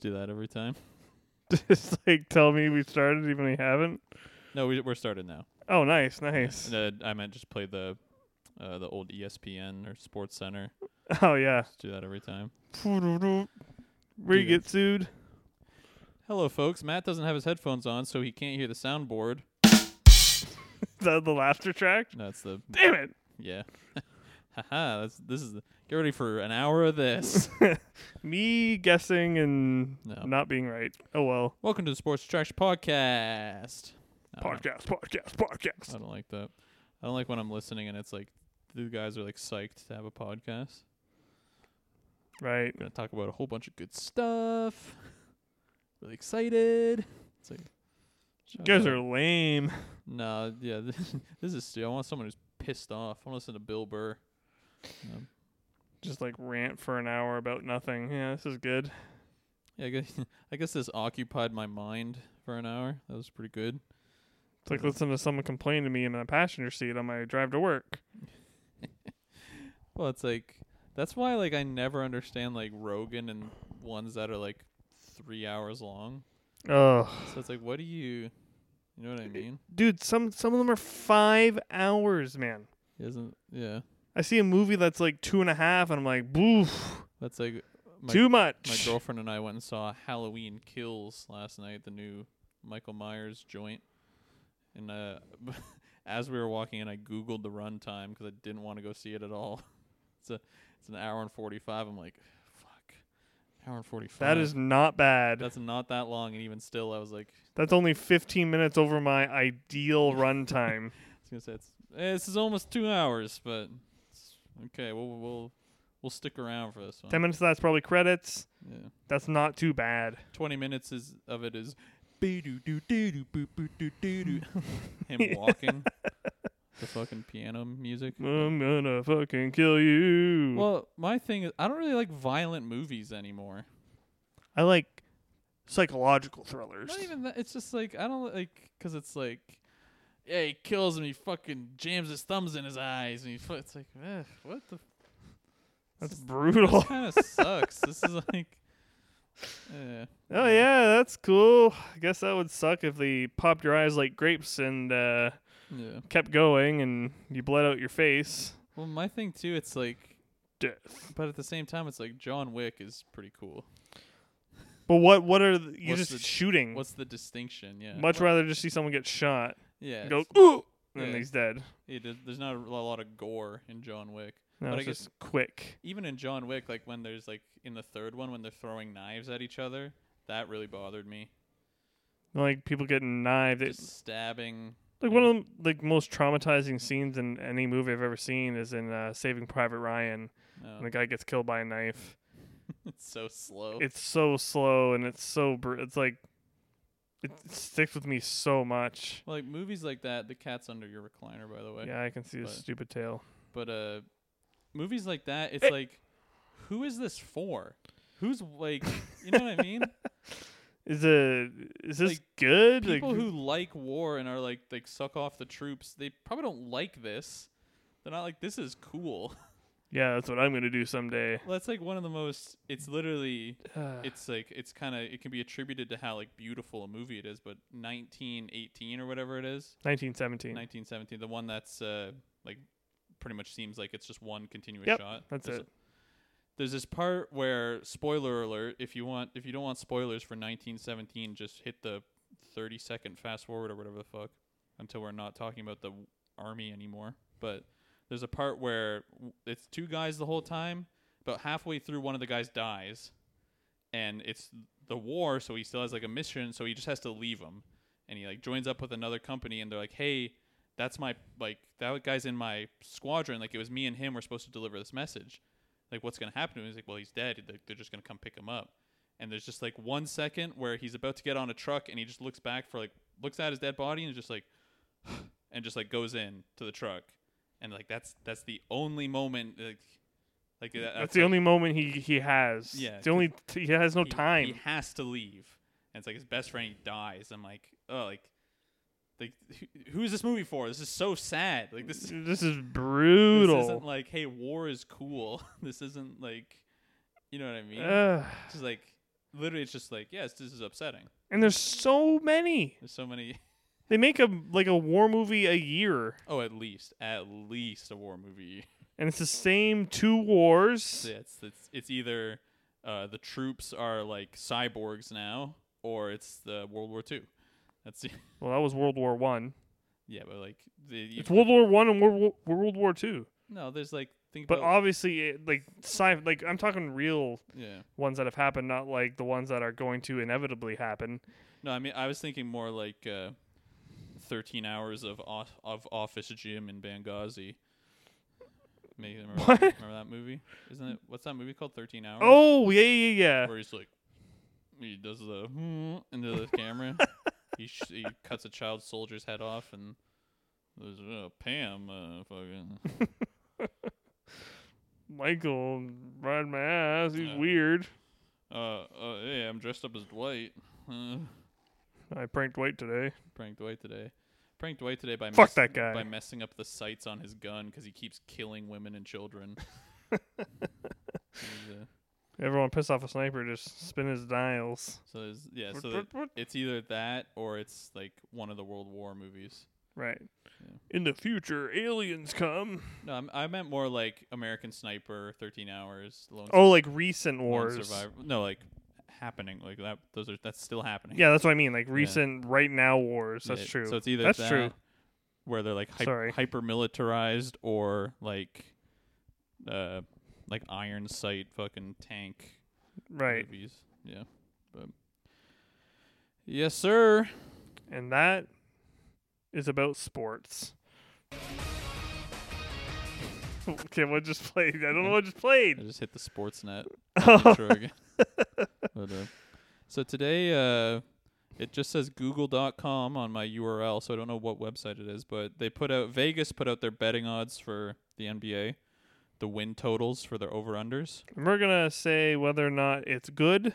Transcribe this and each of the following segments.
do that every time. Just like tell me we started even we haven't. No, we, we're started now. Oh, nice, nice. Yeah. And, uh, I meant just play the uh, the old ESPN or Sports Center. Oh yeah. Just do that every time. We get sued. Hello, folks. Matt doesn't have his headphones on, so he can't hear the soundboard. Is that the laughter track? That's the Damn it. yeah. Haha. That's this is the, get ready for an hour of this. Me guessing and No. not being right. Oh well. Welcome to the Sports Trash Podcast. I don't know. Podcast, podcast, I podcast. don't like that. I don't like when I'm listening and it's like the guys are like psyched to have a podcast. Right. We're gonna talk about a whole bunch of good stuff. Really excited. It's like You guys are lame. no, yeah. This, this is stupid. I want someone who's pissed off. I want to listen to Bill Burr. Um, Just like rant for an hour about nothing. Yeah, this is good. yeah, I guess, I guess this occupied my mind for an hour. That was pretty good. It's like listening to someone complain to me in a passenger seat on my drive to work. Well, it's like that's why like I never understand like Rogan and ones that are like three hours long. Ugh. So it's like, what do you, you know what I mean? Dude, some some of them are five hours, man. He doesn't. Yeah, I see a movie that's like two and a half, and I'm like, boof, that's like my too much. my girlfriend and I went and saw Halloween Kills last night, the new Michael Myers joint. And uh, as we were walking in, I googled the runtime because I didn't want to go see it at all. It's a it's an hour and forty five. I'm like, fuck, hour and forty five. That is not bad. That's, that's not that long, and even still, I was like, only 15 minutes over my ideal I runtime. was gonna say it's eh, this is almost two hours, but it's, okay, we'll we'll we'll stick around for this one. 10 minutes of that's probably credits. yeah. That's not too bad. 20 minutes is of it is him walking the fucking piano music I'm gonna fucking kill you. well my thing is i don't really like violent movies anymore I like psychological thrillers. not even that it's just like i don't like because it's like yeah he kills and he fucking jams his thumbs in his eyes and he fu- it's like eh, what the That's brutal. kind of sucks this is like yeah Oh yeah, that's cool. I guess that would suck if they popped your eyes like grapes and uh, yeah kept going and you bled out your face. well my thing too it's like Death. but at the same time it's like john wick is pretty cool But what? What are the, you What's just the- shooting? what's the distinction yeah Much rather just see someone get shot. Yeah, and Go it's- ooh, and yeah. then he's dead. yeah, there- there's not a lo- lot of gore in John Wick. No, But I it's guess- just quick. Even in John Wick, like when there's like in the third one when they're throwing knives at each other, that really bothered me. Like people getting knived. It, Just stabbing. like one of the like most traumatizing scenes in any movie I've ever seen is in uh, Saving Private Ryan, Oh, when the guy gets killed by a knife. it's so slow. It's so slow and it's so br- it's like it sticks with me so much. Well, like movies like that, the cat's under your recliner, by the way. Yeah, I can see his But- stupid tail. But uh, movies like that, it's Eh. like, who is this for? Who's like, you know what I mean? Is it? Is this Like, good? Like, People who like war and are like, like suck off the troops, they probably don't like this. They're not like, this is cool. yeah, that's what I'm gonna do someday. Well, that's like one of the most. It's literally. Uh, It's like it's kind of. It can be attributed to how like beautiful a movie it is, but 1918 or whatever it is, 1917. 1917, the one that's uh like pretty much seems like it's just one continuous Yep, shot. that's there's it. there's this part where spoiler alert. If you want, if you don't want spoilers for 1917, just hit the 30 second fast forward or whatever the fuck until we're not talking about the w- army anymore. But there's a part where w- it's two guys the whole time, but halfway through one of the guys dies, and it's the war, so he still has like a mission, so he just has to leave him, and he like joins up with another company, and they're like, hey. That's my like that guy's in my squadron. Like it was me and him. We're supposed to deliver this message. Like what's gonna happen to him? He's like, well, he's dead. They're- They're just gonna come pick him up and there's just like one second where he's about to get on a truck and he just looks back for like looks at his dead body and is just like and just like goes in to the truck and like that's that's the only moment like like that- That's the like, only moment he he has. uh, Yeah, It's the only t- he has no he- time. he has to leave and it's like his best friend he dies i'm like oh like like who- who is this movie for this is so sad like this this this is brutal. isn't like Uh. hey war is cool this isn't like you know what i mean Ugh. just like literally it's just like yes this is upsetting And there's so many. there's so many They make a like a war movie a year, oh at least at least a war movie and it's the same two wars. Yeah, it's it's, it's either uh, the troops are like cyborgs now, or it's the World War Two. That's the, Well, that was World War One. yeah, but like the, you- It's World War One and World War, World War Two. no, there's like think But about obviously, it, like sci, like I'm talking real yeah. ones that have happened, not like the ones that are going to inevitably happen. No, I mean I was thinking more like uh, thirteen hours of off, of office gym in Benghazi. Maybe remember, What? That, remember that movie? Isn't it? What's that movie called? Thirteen Hours. Oh yeah, yeah, yeah. where he's like, he does the hmm into the camera. he sh- he cuts a child soldier's head off, and there's uh, Pam, uh, fucking. Michael, ride my ass. He's Yeah. weird. Uh, uh, hey, I'm dressed up as Dwight. Uh, I pranked Dwight today. pranked Dwight today. Pranked Dwight today by Fuck that guy. by messing up the sights on his gun because he keeps killing women and children. He's, uh, Everyone pissed off a sniper. Just spin his dials. so there's yeah, Brut, so brut, that- brut. it's either that or it's like one of the World War movies. Right. Yeah. In the future, aliens come. No, I'm, I meant more like American Sniper, Thirteen Hours, Lone Oh, like recent Lone wars. Survivor- No, like happening. Like that. Those are that's still happening. Yeah, that's what I mean. Like recent, right now wars. That's Yeah, true. So it's either that's that, true. where they're like Sorry. hyper militarized or like, uh, like iron sight fucking tank Right. movies. Yeah, but yes, sir. And that is about sports. okay, what just played? I don't know what just I played. just hit the sports net. Oh, intro again. But, uh, so today, uh, it just says google.com on my URL, so I don't know what website it is, but they put out Vegas put out their betting odds for the NBA, the win totals for their over unders. we're gonna say whether or not it's good.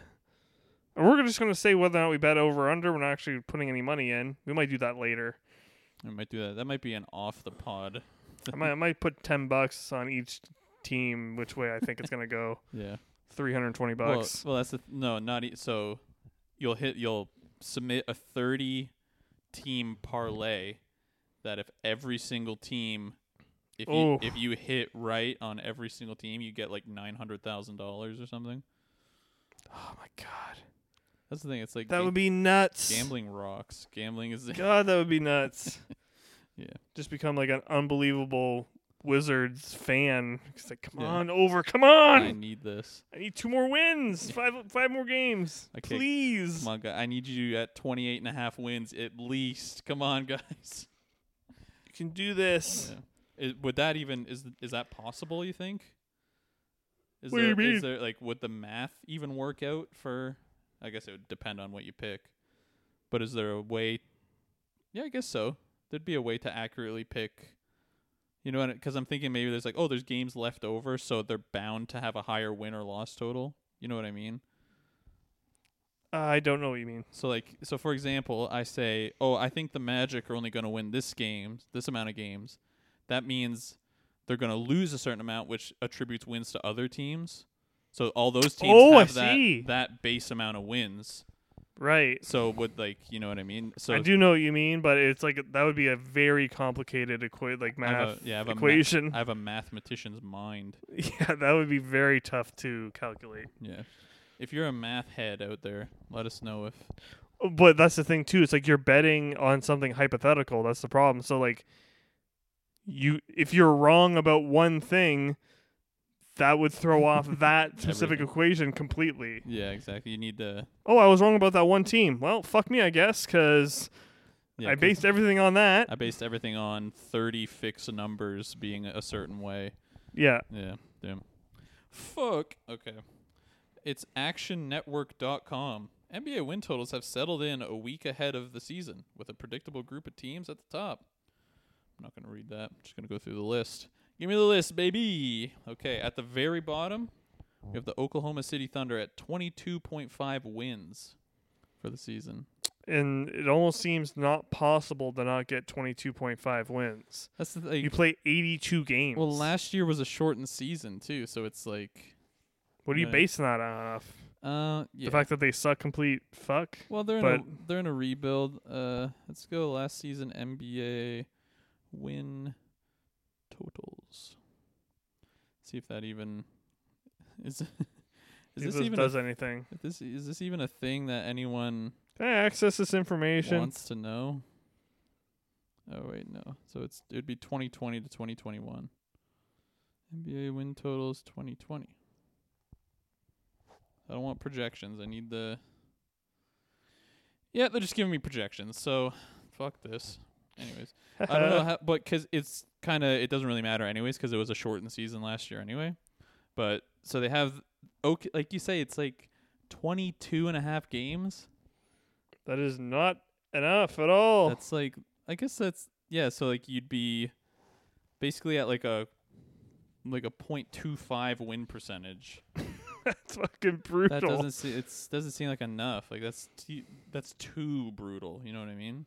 And we're just gonna say whether or not we bet over or under. We're not actually putting any money in. We might do that later. I might do that. That might be an off the pod. I might, I might put ten bucks on each team, which way I think it's gonna go. Yeah. Three hundred twenty Well, bucks. well, that's the th- no, not e- so. You'll hit. You'll submit a thirty team parlay. That if every single team, if you Oh. if you hit right on every single team, you get like nine hundred thousand dollars or something. oh my god, That's the thing. It's like that ga- would be nuts. gambling rocks. Gambling is God, that would be nuts. Yeah. Just become like an unbelievable Wizards fan. It's like, come Yeah. on, over, come I on. need this. I need two more wins, five five more games, Okay, please. Come on, guy. I need you at 28 and a half wins at least. Come on, guys. You can do this. Yeah. Is, would that even is is that possible? You think? Is What do there, you mean? Is there like would the math even work out for? I guess it would depend on what you pick. But is there a way? Yeah, I guess so. There'd be a way to accurately pick. You know, because I'm thinking maybe there's like, oh, there's games left over, so they're bound to have a higher win or loss total. You know what I mean? Uh, I don't know what you mean. So like so for example, I say, "Oh, I think the Magic are only going to win this game, this amount of games." That means they're going to lose a certain amount which attributes wins to other teams. So all those teams Oh, I have that see. that base amount of wins. Right. So would like, you know what I mean? So I do know what you mean, but it's like that would be a very complicated equa- like I have math a, yeah, I have a ma- equation. I have a mathematician's mind. yeah, that would be very tough to calculate. Yeah. If you're a math head out there, let us know if But that's the thing too. It's like you're betting on something hypothetical. That's the problem. So like you if you're wrong about one thing, that would throw off that specific Everything. equation completely. Yeah, exactly. You need to Oh, I was wrong about that one team. Well, fuck me, I guess, cuz yeah, I 'cause- based everything on that. I based everything on 30 fixed numbers being a certain way. yeah. Yeah, damn. Fuck. Okay. It's actionnetwork.com. NBA win totals have settled in a week ahead of the season with a predictable group of teams at the top. I'm not going to read that. I'm just going to go through the list. Give me the list, baby. Okay, at the very bottom, we have the Oklahoma City Thunder at 22.5 wins for the season. And it almost seems not possible to not get 22.5 wins. That's the thing. You play 82 games. Well, last year was a shortened season, too, so it's like what are you yeah. basing that on? off? Uh, yeah. The fact that they suck complete fuck. well, they're in a, they're in a rebuild. Uh, let's go last season NBA win totals. See if that even is. is if this this even a, does anything? if this is this even a thing that anyone Can I access this information? wants to know? Oh wait, no. So it's it'd be 2020 to 2021. NBA win totals 2020. I don't want projections. I need the. Yeah, they're just giving me projections. So, fuck this. Anyways, I don't know how, but because it's kind of it doesn't really matter anyways because it was a shortened season last year anyway. But so they have okay, like you say, it's like 22 and a half games. that is not enough at all. That's like I guess that's yeah, so like you'd be basically at like a like a point two five win percentage. That's fucking That brutal. doesn't se- it's doesn't seem like enough. Like that's t- that's too brutal, you know what I mean?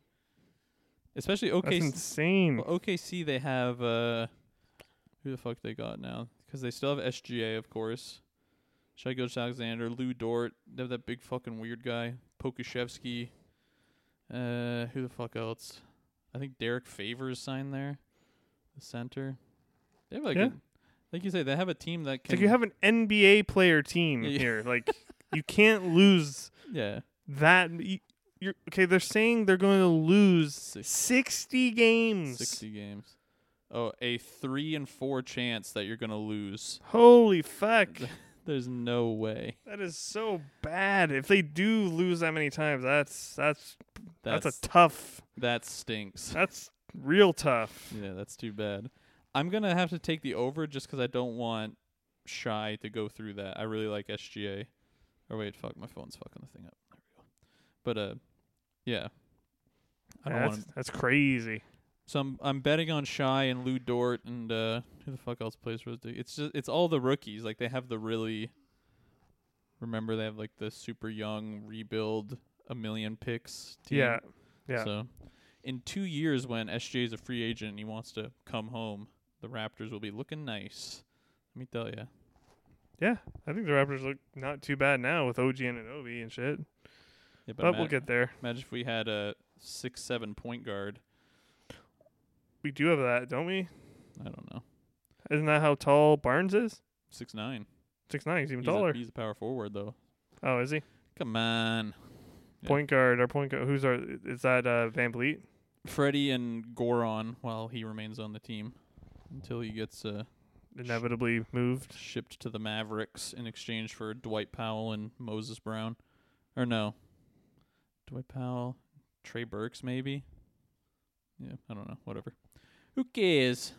Especially That's OKC insane. well, OKC they have uh who the fuck they got now? Cuz they still have SGA of course. Shai Gilch Alexander, Lou Dort, they have that big fucking weird guy, Pokashevsky. Uh who the fuck else? I think Derek Favors signed there. The center. They have like Yeah. a, like you say they have a team that It's can like you have an NBA player team Yeah, yeah. here. Like you can't lose yeah. that. You, you're, okay, they're saying they're going to lose Six- sixty games. 60 games. Oh, a 3 and 4 chance that you're going to lose. Holy fuck! There's no way. that is so bad. If they do lose that many times, that's that's that's, That's, a tough. that stinks. That's real tough. Yeah, that's too bad. I'm gonna have to take the over just 'cause I don't want Shy to go through that. I really like SGA. Or wait, fuck, my phone's fucking the thing up. There we go. But uh, yeah, I don't want. that's, that's crazy. So I'm I'm betting on Shy and Lou Dort and uh, who the fuck else plays for the? It's just it's all the rookies. Like they have the really. Remember they have like the super young rebuild a million picks team. Yeah, yeah. So, in two years, when SJ is a free agent and he wants to come home, the Raptors will be looking nice. Let me tell you. I think the Raptors look not too bad now with OG and Obi and shit. Yeah, But we'll ima- get there. imagine if we had a six seven point guard. We do have that, don't we? I don't know Isn't that how tall Barnes is? six nine. Six nine. He's even He's taller. A, he's a power forward though. oh, is he? Come on, Yeah. Point guard. Our point guard. Who's our? Is that uh, Van Bleet? Freddie and Goron while he remains on the team until he gets uh, Inevitably moved. shipped to the Mavericks in exchange for Dwight Powell and Moses Brown, or no, Dwight Powell, Trey Burks maybe. Yeah, I don't know. Whatever. Who cares?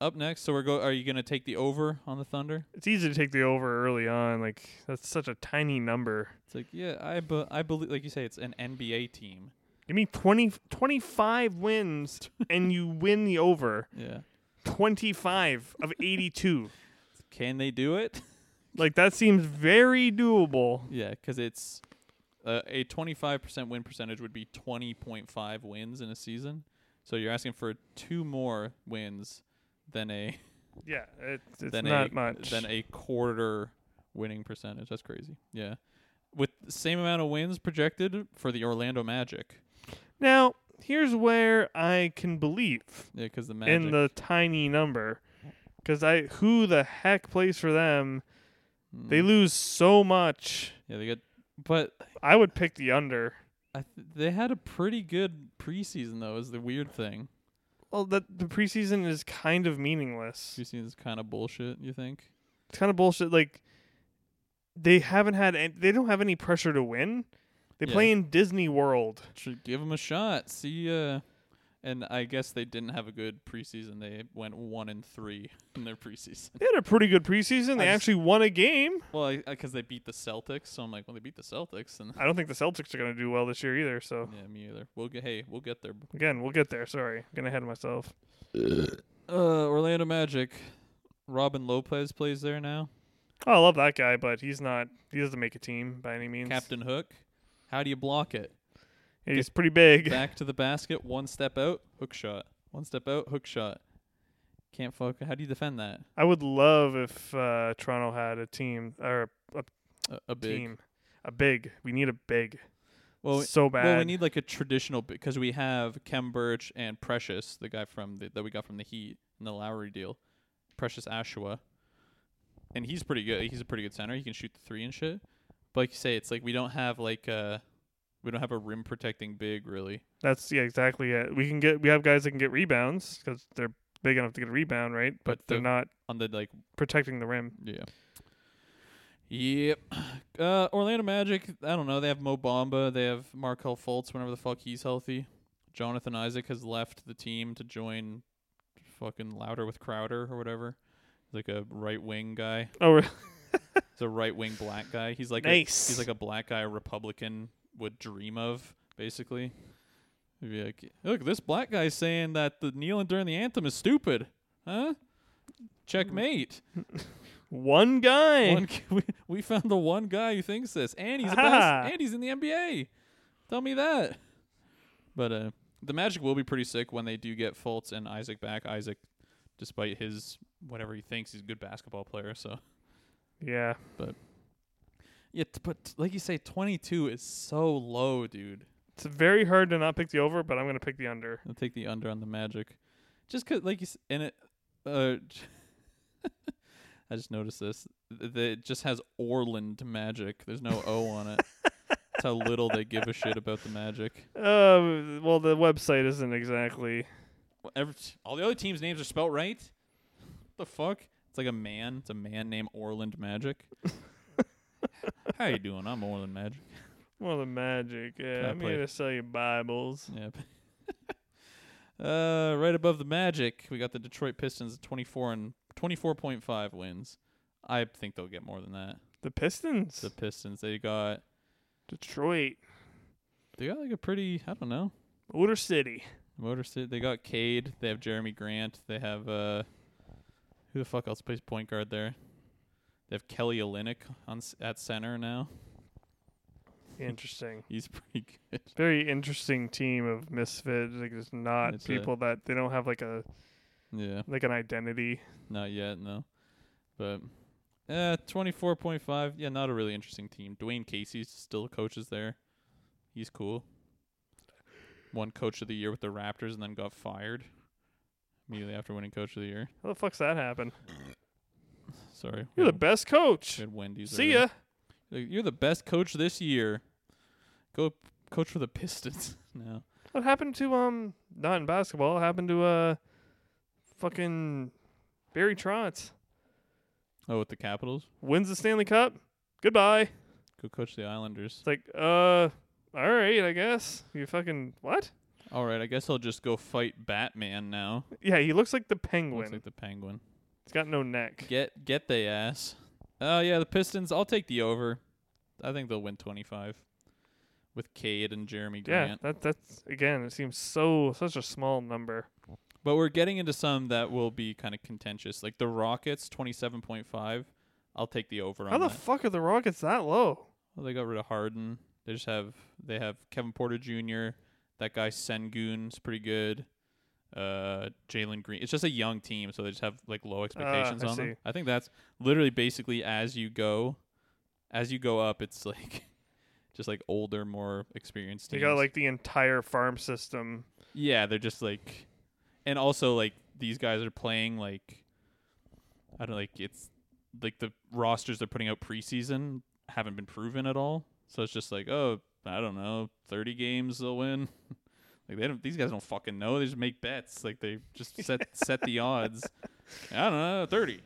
Up next, so we're go. Are you gonna take the over on the Thunder? It's easy to take the over early on. Like that's such a tiny number. It's like yeah, I bu- I believe like you say it's an NBA team. Give me 20, 25 wins and you win the over. Yeah, Twenty five of eighty two. can they do it? like that seems very doable. Yeah, 'cause it's uh, a 25% win percentage would be 20.5 wins in a season. So you're asking for two more wins than a Yeah, it, it's than not a much. than a quarter winning percentage. That's crazy. Yeah. With the same amount of wins projected for the Orlando Magic. now here's where I can believe. Yeah, 'cause the Magic in the tiny number. Because I, who the heck plays for them? Mm. They lose so much. Yeah, they got but I would pick the under. I th- they had a pretty good preseason though, is the weird thing. Well, that the preseason is kind of meaningless. Preseason is kind of bullshit, you think? It's kind of bullshit. Like they haven't had, any, they don't have any pressure to win. They play Yeah. in Disney World. should give them a shot. See, uh, and I guess they didn't have a good preseason. They went one and three in their preseason. They had a pretty good preseason. They I just- actually won a game. Well, because they beat the Celtics, so I'm like, well, they beat the Celtics, and I don't think the Celtics are going to do well this year either. So yeah, me either. We'll get hey, we'll get there. again, we'll get there. Sorry, I'm getting ahead of myself. Uh, Orlando Magic. Robin Lopez plays there now. Oh, I love that guy, but he's not. He doesn't make a team by any means. Captain Hook. How do you block it? He's pretty big. Back to the basket, one step out, hook shot. One step out, hook shot. Can't fuck. How do you defend that? I would love if uh, Toronto had a team or a A, a big team A big. We need a big. Well, so bad. Well, we need like a traditional because we have Kem Birch and Precious, the guy from the, that we got from the Heat in the Lowry deal, Precious Ashua, and he's pretty good. He's a pretty good center. He can shoot the three and shit. But like you say, it's like we don't have like a we don't have a rim protecting big really. That's yeah, exactly it. We can get we have guys that can get rebounds because they're big enough to get a rebound, right? But, But they're the- not On the like protecting the rim. yeah. Yep. Uh, Orlando Magic. I don't know. They have Mo Bamba. They have Markel Fultz whenever the fuck he's healthy. Jonathan Isaac has left the team to join fucking Louder with Crowder or whatever. He's like a right wing guy. Oh, re- He's a right wing black guy. He's like a, Nice. he's like a black guy Republican would dream of basically. He'd be like, look, this black guy's saying that the kneeling during the anthem is stupid, huh? Checkmate. one guy. One, g- we, we found the one guy who thinks this, and he's a Ah. best, and he's in the NBA. Tell me that. But uh, the Magic will be pretty sick when they do get Fultz and Isaac back. Isaac, despite his whatever he thinks, he's a good basketball player. So Yeah, yeah, t- but like you say, twenty two is so low, dude. it's very hard to not pick the over, but I'm gonna pick the under. I'll take the under on the Magic, just 'cause like you s- and it. Uh, I just noticed this. Th- th- It just has Orland Magic. There's no O on it. That's how little they give a shit about the Magic. Uh, well, the website isn't exactly. Well, every, all the other teams' names are spelt right. The fuck? It's like a man. It's a man named Orland Magic. how you doing? I'm Orland Magic. Well, the magic. Can I Yeah, I'm play- here to sell you Bibles. Yep. uh, right above the Magic, we got the Detroit Pistons at 24 and 24.5 wins. I think they'll get more than that. The Pistons. The Pistons, they got Detroit. they got like a pretty, I don't know, Motor City. Motor City. They got Cade. They have Jeremy Grant. They have uh, who the fuck else plays point guard there? They have Kelly Olynyk on s- at center now. Interesting. He's pretty good. Very interesting team of misfits. Like, there's not It's a- people that they don't have like a Yeah. like an identity. Not yet, no. But uh, twenty four point five. Yeah, not a really interesting team. Dwayne Casey still coaches there. He's cool. One coach of the year with the Raptors and then got fired immediately after winning coach of the year. How the fuck's that happen? Sorry, we You're the had- best coach. we had Wendy's. See earlier. ya. Like, You're the best coach this year. Go p- coach for the Pistons now. What happened to um? Not in basketball. What happened to uh, fucking Barry Trotz? Oh, with the Capitals, Wins the Stanley Cup. Goodbye. go coach the Islanders. It's like uh, all right, I guess. You fucking what? All right, I guess I'll just go fight Batman now. Yeah, he looks like the Looks penguin. like the Penguin. He's got no neck. Get get they ass. Oh yeah, the Pistons. I'll take the over. I think they'll win twenty five with Cade and Jeremy yeah, Grant. that that's again. It seems so such a small number. But we're getting into some that will be kind of contentious, like the Rockets twenty seven point five. I'll take the over How on the that. fuck are the Rockets that low? well, they got rid of Harden. They just have they have Kevin Porter Jr. That guy Sengun's pretty good. Uh, Jalen Green. It's just a young team, so they just have like low expectations Ah, I on see. them. I think that's literally basically as you go, as you go up, it's like just like older, more experienced They teams. got like the entire farm system. yeah, they're just like, and also like these guys are playing like, I don't know, like it's like the rosters they're putting out preseason haven't been proven at all. So it's just like, oh, I don't know, thirty games they'll win. like they don't, these guys don't fucking know. They just make bets. Like they just set set the odds. I don't know, thirty.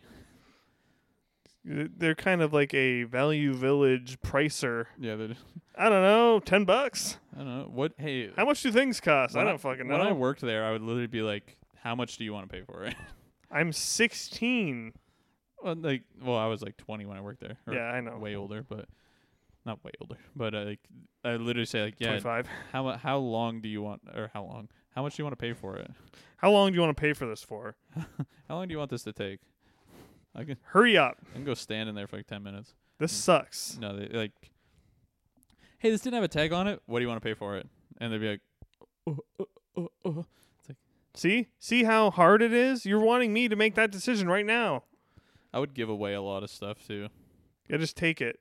Th- They're kind of like a value village pricer. Yeah, they're, I don't know, ten bucks. I don't know what. Hey, How much do things cost? I when don't fucking know. When I worked there, I would literally be like, how much do you want to pay for it? I'm 16. Well, like, well, I was like 20 when I worked there. or Yeah, I know. way older, but not way older. But uh, like, I literally say like, yeah, 25. how mu- how long do you want, or how long, how much do you want to pay for it? How long do you want to pay for this for? How long do you want this to take? I can Hurry up. I can go stand in there for like 10 minutes. This sucks. No, they like, hey, this didn't have a tag on it. What do you want to pay for it? And they'd be like, oh, oh, oh, oh. See? See how hard it is? You're wanting me to make that decision right now. I would give away a lot of stuff too. Yeah, just take it.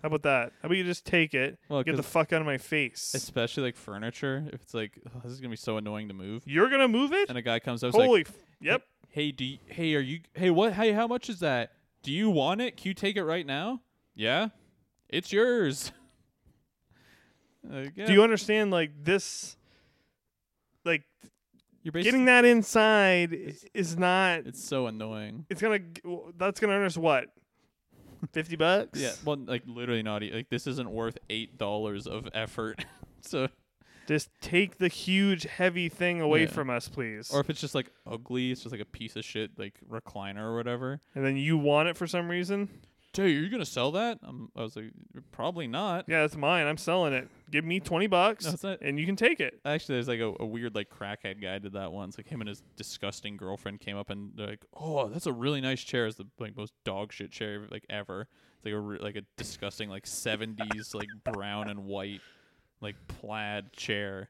How about that? How about you just take it? Well, Get the 'cause fuck out of my face. especially like furniture. If it's like "Oh, this is gonna be so annoying to move, You're gonna move it? and a guy comes up, is like, Holy, f- yep. hey, do you, hey, are you, hey, what, hey, how much is that? Do you want it? Can you take it right now? Yeah, it's yours. Like, yeah, Do you understand? Like this, like You're basically, getting that inside is, is not. It's so annoying. It's gonna. g- w- That's gonna earn us what? Fifty bucks. Yeah, well, like literally not. e- Like this isn't worth eight dollars of effort. so, Just take the huge heavy thing away Yeah. from us, please. or if it's just like ugly, it's just like a piece of shit like recliner or whatever. and then you want it for some reason. Dude, you're gonna sell that? Um, I was like, probably not. Yeah, that's mine. I'm selling it. Give me twenty bucks, No, it's not- and you can take it. Actually, there's like a, a weird like crackhead guy did that once. Like him and his disgusting girlfriend came up and they're like, "Oh, that's a really nice chair. It's the like most dog shit chair like ever. It's like a re- like a disgusting like '70s like brown and white like plaid chair."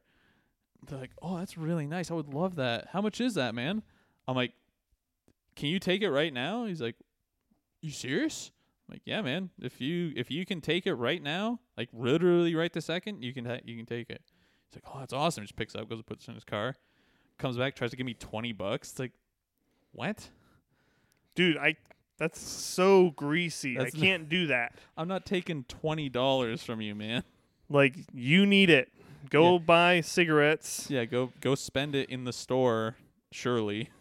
They're like, "Oh, that's really nice. I would love that. How much is that, man?" I'm like, "Can you take it right now?" He's like, "You serious?" I'm like, "Yeah, man. If you if you can take it right now, like literally right the second, you can ha- you can take it." He's like, "Oh, that's awesome." Just picks up, goes and puts it in his car, comes back, tries to give me twenty bucks. It's like, what? Dude, I. That's so greasy. That's I not- can't do that. I'm not taking twenty dollars from you, man. Like you need it. Go buy cigarettes. Yeah, go go spend it in the store, surely.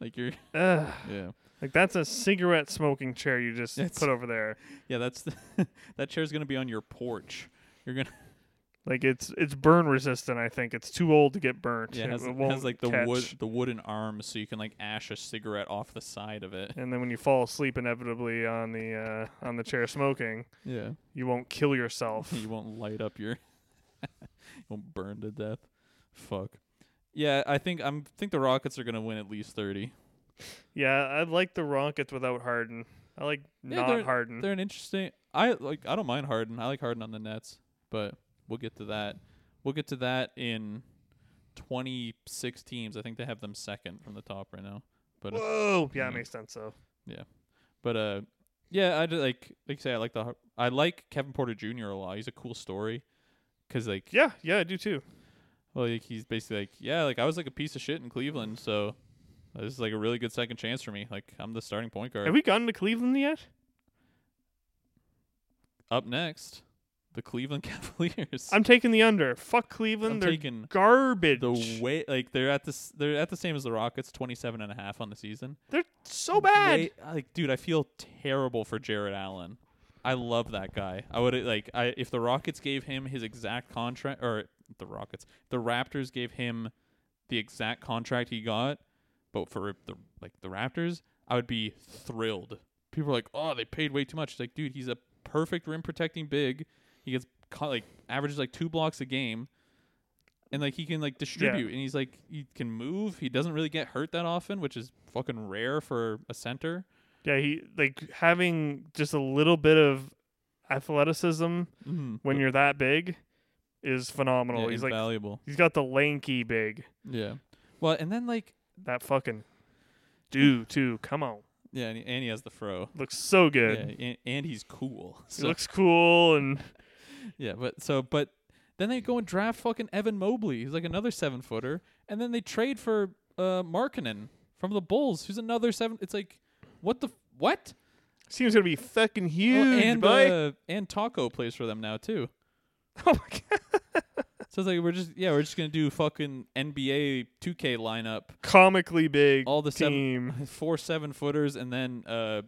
Like you're, Ugh. yeah, Like that's a cigarette smoking chair you just It's- put over there. yeah. That's the that chair's gonna be on your porch. You're gonna Like it's it's burn resistant. I think it's too old to get burnt. yeah. It has, it it won't has like the catch. wood the wooden arms, so you can like ash a cigarette off the side of it. And then when you fall asleep inevitably on the uh, on the chair smoking, Yeah, you won't kill yourself. you won't light up your, you won't burn to death. Fuck. Yeah, I think I'm think the Rockets are gonna win at least thirty. yeah, I like the Rockets without Harden. I like Yeah, not Harden. They're an interesting. I like. I don't mind Harden. I like Harden on the Nets, but we'll get to that. We'll get to that in 26 teams. I think they have them second from the top right now. But uh, Whoa. Yeah, it Mm. makes sense though. but uh, yeah. I d- like like you say. I like the. Har- I like Kevin Porter Jr. a lot. He's a cool story. Cause like Yeah, yeah, I do too. Well, like he's basically like, yeah, like I was like a piece of shit in Cleveland, so this is like a really good second chance for me. Like I'm the starting point guard. Have we gotten to Cleveland yet? Up next, the Cleveland Cavaliers. I'm taking the under. Fuck I'm Cleveland. They're taking garbage. the way like they're at this they're at the same as the Rockets, 27 and a half on the season. They're so bad. Way- like dude, I feel terrible for Jared Allen. I love that guy. I would like I if the Rockets gave him his exact contract or the Rockets, the Raptors gave him the exact contract he got, but for the like the Raptors, I would be thrilled. People are like, "Oh, they paid way too much." It's like, dude, he's a perfect rim protecting big. He gets caught, like averages like two blocks a game, and like he can like distribute, and he's like he can move. He doesn't really get hurt that often, which is fucking rare for a center. Yeah, he like having just a little bit of athleticism Mm-hmm. when you're that big is phenomenal. he's like invaluable. he's got the lanky big. yeah. Well, and then like That fucking dude too. Come on. yeah, and he, and he has the fro. Looks so Yeah, good. and, and he's cool. he So looks cool and yeah, but so but then they go and draft fucking Evan Mobley. He's like another seven footer, and then they trade for uh Markkinen from the Bulls, who's another seven. It's like what the f- what? seems gonna be fucking huge, Well, and boy. uh, and Taco plays for them now too. oh my god. So it's like we're just yeah, we're just gonna do fucking NBA 2K lineup. Comically big All the seven team. four seven footers and then uh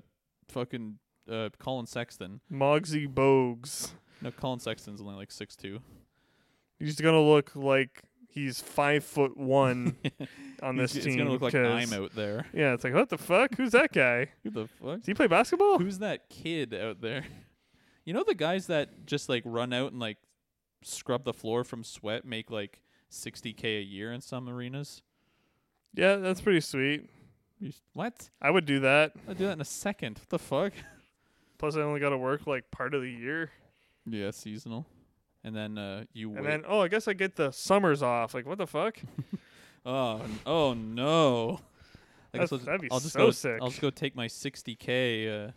fucking uh Colin Sexton. Mogsy Bogues. No, Colin Sexton's only like six two. He's gonna look like he's five foot one on this it's, team. it's gonna look like 'cause- I'm out there. Yeah, it's like what the fuck? Who's that guy? Who the fuck? Does he play basketball? Who's that kid out there? You know the guys that just like run out and like scrub the floor from sweat make like sixty K a year in some arenas? Yeah, that's pretty sweet. You s- What? I would do that. I'll do that in a second. What the fuck? Plus, I only got to work like part of the year, Yeah, seasonal. And then uh you wait. and then oh, I guess I get the summers off. Like, what the fuck? Oh, n- oh no. I That's- guess I'll just, that'd be I'll just so go, sick. I'll just go take my 60k uh,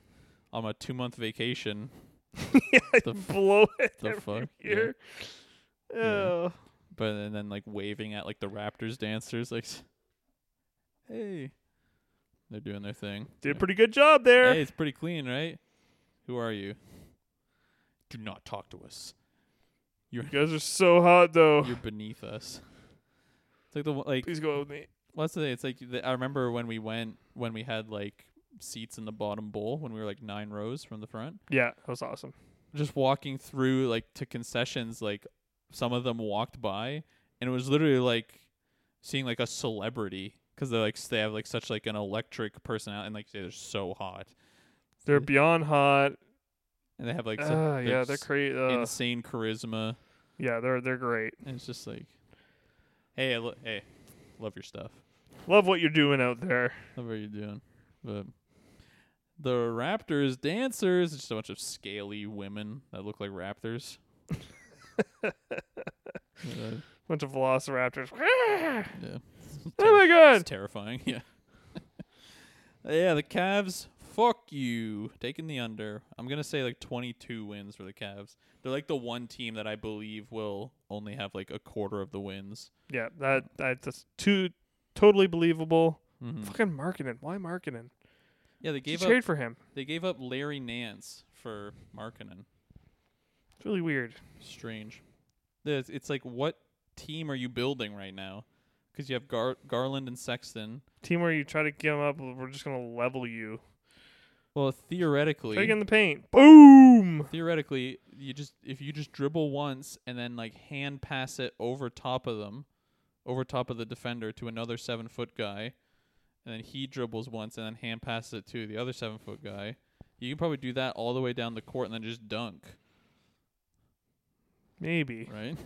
on my two month vacation yeah, I The f- blow it the every fuck, yeah. year. Yeah. Oh. But and then like waving at like the Raptors dancers, like, s- hey, they're doing their thing. Did a pretty good job there. Hey, it's pretty clean, right? Who are you? Do not talk to us. You guys are so hot though. You're beneath us. It's like the one- like Please go out with me. what's the it's like the, I remember when we went when we had like seats in the bottom bowl when we were like nine rows from the front. Yeah, that was awesome. Just walking through like to concessions, like some of them walked by, and it was literally like seeing like a celebrity because they like s- they have like such like an electric personality and like they're so hot They're beyond hot. and they have like some, Ah, yeah, they're just crazy. insane charisma. yeah, they're they're great. And it's just like, hey, I lo- hey, love your stuff. Love what you're doing out there. Love what you're doing. But the Raptors dancers, it's just a bunch of scaly women that look like raptors. Uh, Bunch of velociraptors. yeah. Oh my It's god. terrifying. Yeah. yeah, the Cavs, fuck you. Taking the under. I'm going to say like 22 wins for the Cavs. They're like the one team that I believe will only have like a quarter of the wins. Yeah, that that- that's too totally believable. hmm Fucking marketing. Why marketing? Yeah, they gave She up trade for him. They gave up Larry Nance for Markkinen. It's really weird. Strange. There's- It's like, what team are you building right now? Because you have Gar- Garland and Sexton. Team where you try to give him up, we're just gonna level you. Well, Try to theoretically, get in the paint. Boom. theoretically, you just if you just dribble once and then like hand pass it over top of them, over top of the defender to another seven foot guy, and then he dribbles once and then hand passes it to the other seven foot guy. You can probably do that all the way down the court and then just dunk, Maybe. right?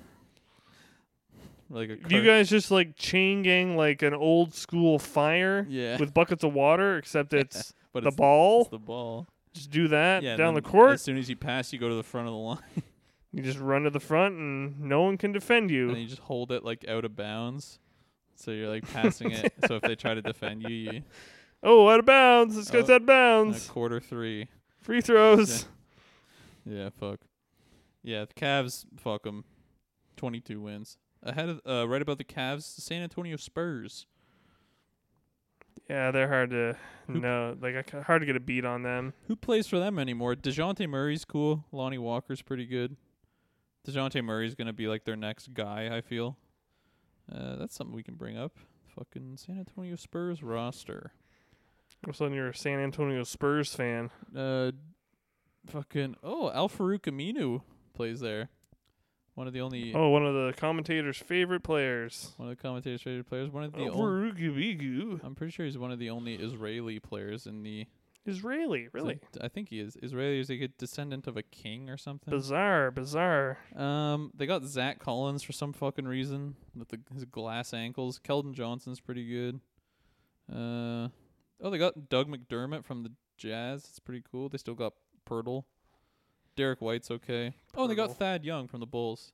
like a If you Kurt- guys just like chain gang like an old school fire yeah, with buckets of water, except it's but the it's ball. It's the ball. just do that and down the then court. As soon as you pass, you go to the front of the line You just run to the front and no one can defend and you. you just hold it like out of bounds. So you're like passing it. So if they try to defend you, you Oh, out of bounds. This guy's Oh, out of uh, bounds. quarter three. Free throws. Yeah, fuck. Yeah, the Cavs, fuck 'em. 22 wins. Ahead of, uh, right about the Cavs, the San Antonio Spurs. Yeah, they're hard to Who- no, like I ca- hard to get a beat on them. Who plays for them anymore? DeJounte Murray's cool. Lonnie Walker's pretty good. DeJounte Murray's going to be like their next guy, I feel. Uh, that's something we can bring up. Fucking San Antonio Spurs roster. All of a sudden, you're a San Antonio Spurs fan. uh, fucking oh, Al Farouk Aminu plays there. One of the only Oh, one of the commentators' favorite players. one of the commentators traded players. One of the Oh, only. Vurugubigu. I'm pretty sure he's one of the only Israeli players in the. Israeli, really I think he is Israeli. Is like a descendant of a king or something? bizarre, bizarre. Um, they got Zach Collins for some fucking reason with the, his glass ankles. Keldon Johnson's pretty good. Uh, oh, they got Doug McDermott from the Jazz. It's pretty cool. They still got Pirtle. Derek White's okay. Oh, and they got Pirtle. Thad Young from the Bulls.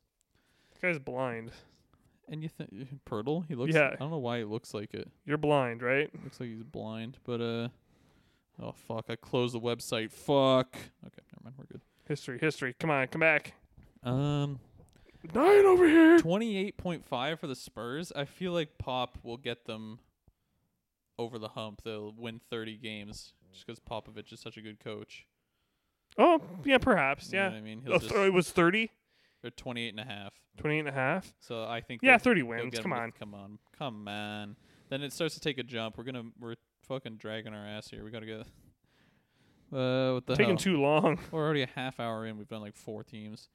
This guy's blind. And you think Pirtle? He looks. Yeah. I don't know why he looks like it. You're blind, right? Looks like he's blind. But uh, oh fuck! I closed the website. Fuck. Okay, never mind. We're good. History, history. Come on, come back. Um, Dying over here. 28.5 for the Spurs. I feel like Pop will get them over the hump. They'll win 30 games just because Popovich is such a good coach. Oh, yeah, perhaps. You know Yeah. what I mean, he'll Oh, just so it was 30, they're 28 and a half. 28 and a half. So I think Yeah, they'll- 30 they'll wins. get 'em Come with- on. Come on. Come on. Then it starts to take a jump. We're going to we're fucking dragging our ass here. We got to go uh what the Taking hell? too long. We're already a half hour in. We've done like four teams.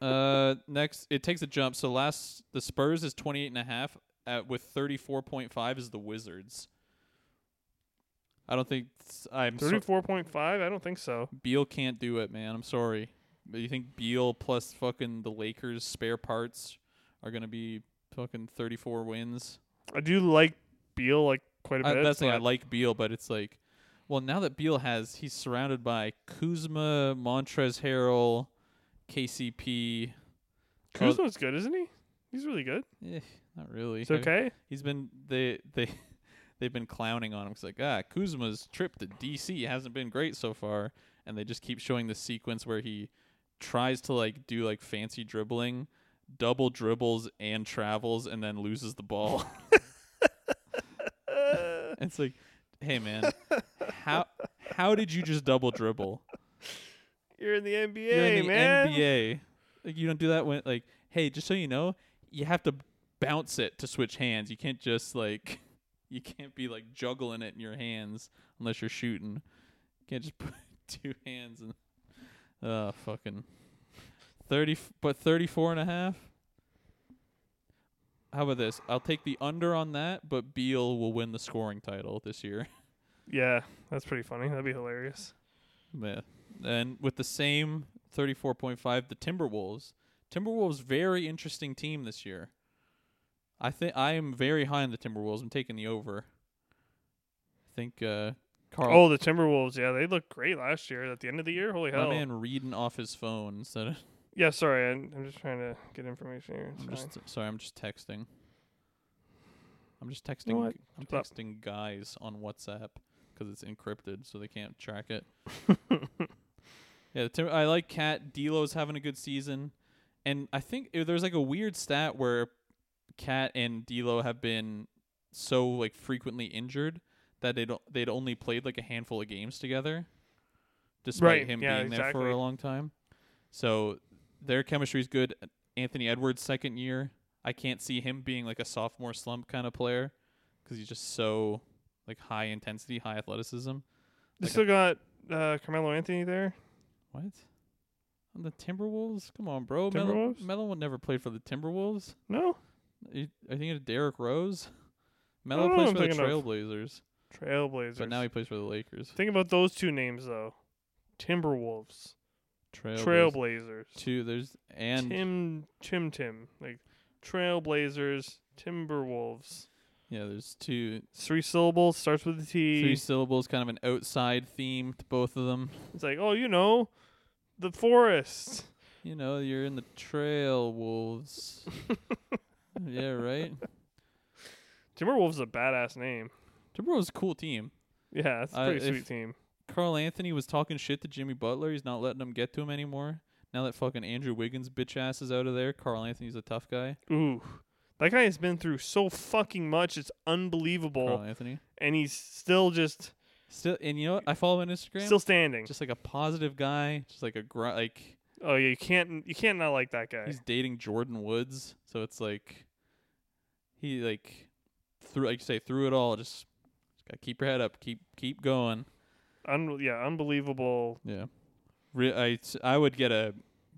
uh, next, it takes a jump. So last, the Spurs is 28 and a half at, with 34.5 is the Wizards. I don't think s- I'm so, 34.5? I don't think so. Beal can't do it, man. I'm sorry. But you think Beal plus fucking the Lakers spare parts are gonna be fucking 34 wins? I do like Beal like quite a I, bit. that's the thing. I but like Beal, but it's like, well, now that Beal has, he's surrounded by Kuzma, Montrez Harrell, KCP. Oh, Kuzma's good, isn't he? He's really good. eh, not really. He's I mean, okay. He's been they they they've been clowning on him. It's like ah, Kuzma's trip to DC hasn't been great so far, and they just keep showing the sequence where he tries to like do like fancy dribbling, double dribbles and travels, and then loses the ball. Uh, it's like, hey man, how how did you just double dribble? You're in the NBA, You're in the man. NBA. Like, you don't do that when like, hey, just so you know, you have to bounce it to switch hands. You can't just like you can't be like juggling it in your hands unless you're shooting. You can't just put two hands and uh fucking 30 f- but 34 and a half. How about this? I'll take the under on that, but Beal will win the scoring title this year. Yeah, that's pretty funny. That'd be hilarious. Yeah. And with the same 34.5, the Timberwolves. Timberwolves very interesting team this year. I think I am very high on the Timberwolves. I'm taking the over. I think uh Carl Oh, the Timberwolves. Yeah, they looked great last year. At the end of the year, holy my hell. man reading off his phone instead of Yeah, sorry. I'm, I'm just trying to get information here. It's I'm fine. just sorry, I'm just texting. I'm just texting You know what? I'm Shut up. texting guys on WhatsApp cuz it's encrypted so they can't track it. Yeah, the Tim- I like Cat. D'Lo's having a good season, and I think it- there's like a weird stat where Cat and D'Lo have been so like frequently injured that they don't they'd only played like a handful of games together, despite Right, him yeah, being there for exactly. a long time. So their chemistry is good. Anthony Edwards second year, I can't see him being like a sophomore slump kind of player because he's just so like high intensity, high athleticism. Like They a- still got uh, Carmelo Anthony there. What? On the Timberwolves? Come on, bro. Timberwolves? Melo, Melo never played for the Timberwolves. No, You- Are you thinking of Derrick Rose? Melo know plays what for the I'm thinking of. Trailblazers, Trailblazers. but now he plays for the Lakers. think about those two names though: Timberwolves, Trailblazers. Trailblazers, Two. There's and Tim Tim Tim, like Trailblazers, Timberwolves. yeah, there's two, It's three syllables, starts with a T. three syllables, kind of an outside theme to both of them. It's like, oh, you know, the forest. You know, you're in the Trailwolves. yeah, right. Timberwolves is a badass name. Timberwolves is a cool team. Yeah, it's a Uh, pretty if- sweet team. Carl Anthony was talking shit to Jimmy Butler. He's not letting him get to him anymore. Now that fucking Andrew Wiggins bitch ass is out of there, Carl Anthony's a tough guy. Ooh. That guy has been through so fucking much. It's unbelievable. Carl Anthony. And he's still just Still, and you know what? I follow him on Instagram. still standing. just like a positive guy. Just like a gr- like oh yeah, you can't you can't not like that guy. he's dating Jordan Woods, so it's like he like through like you say through it all. Just, just gotta keep your head up. Keep keep going. Un- yeah, unbelievable. Yeah. Re- I I would get a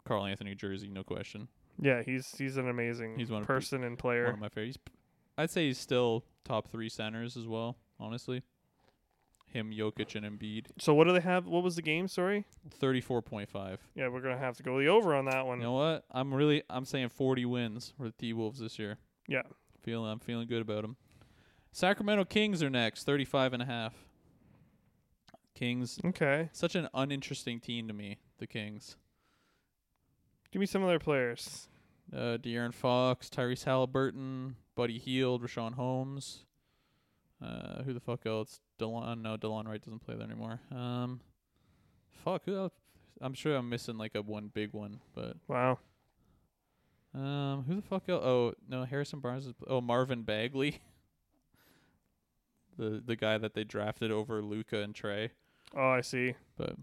Carl Anthony jersey, no question. Yeah, he's he's an amazing He's one of the- person and One player. of my favorites. I'd say he's still top three centers as well, honestly. Him, Jokic, and Embiid. So what do they have? What was the game? Sorry. 34.5. Yeah, we're gonna have to go the over on that You one. know what? I'm really, I'm saying 40 wins for the T-Wolves this year. Yeah. Feeling, I'm feeling good about them. Sacramento Kings are next, 35 and a half. Kings, Okay. such an uninteresting team to me, the Kings. Give me some of their players. Uh, De'Aaron Fox, Tyrese Halliburton, Buddy Heald, Rashawn Holmes. Uh, who the fuck else? Delon? No, Delon Wright doesn't play there anymore. Um, fuck. Who else? I'm sure I'm missing like a one big one, but Wow. um, who the fuck else? Oh no, Harrison Barnes. Is, oh, Marvin Bagley, the the guy that they drafted over Luca and Trey. Oh, I see. But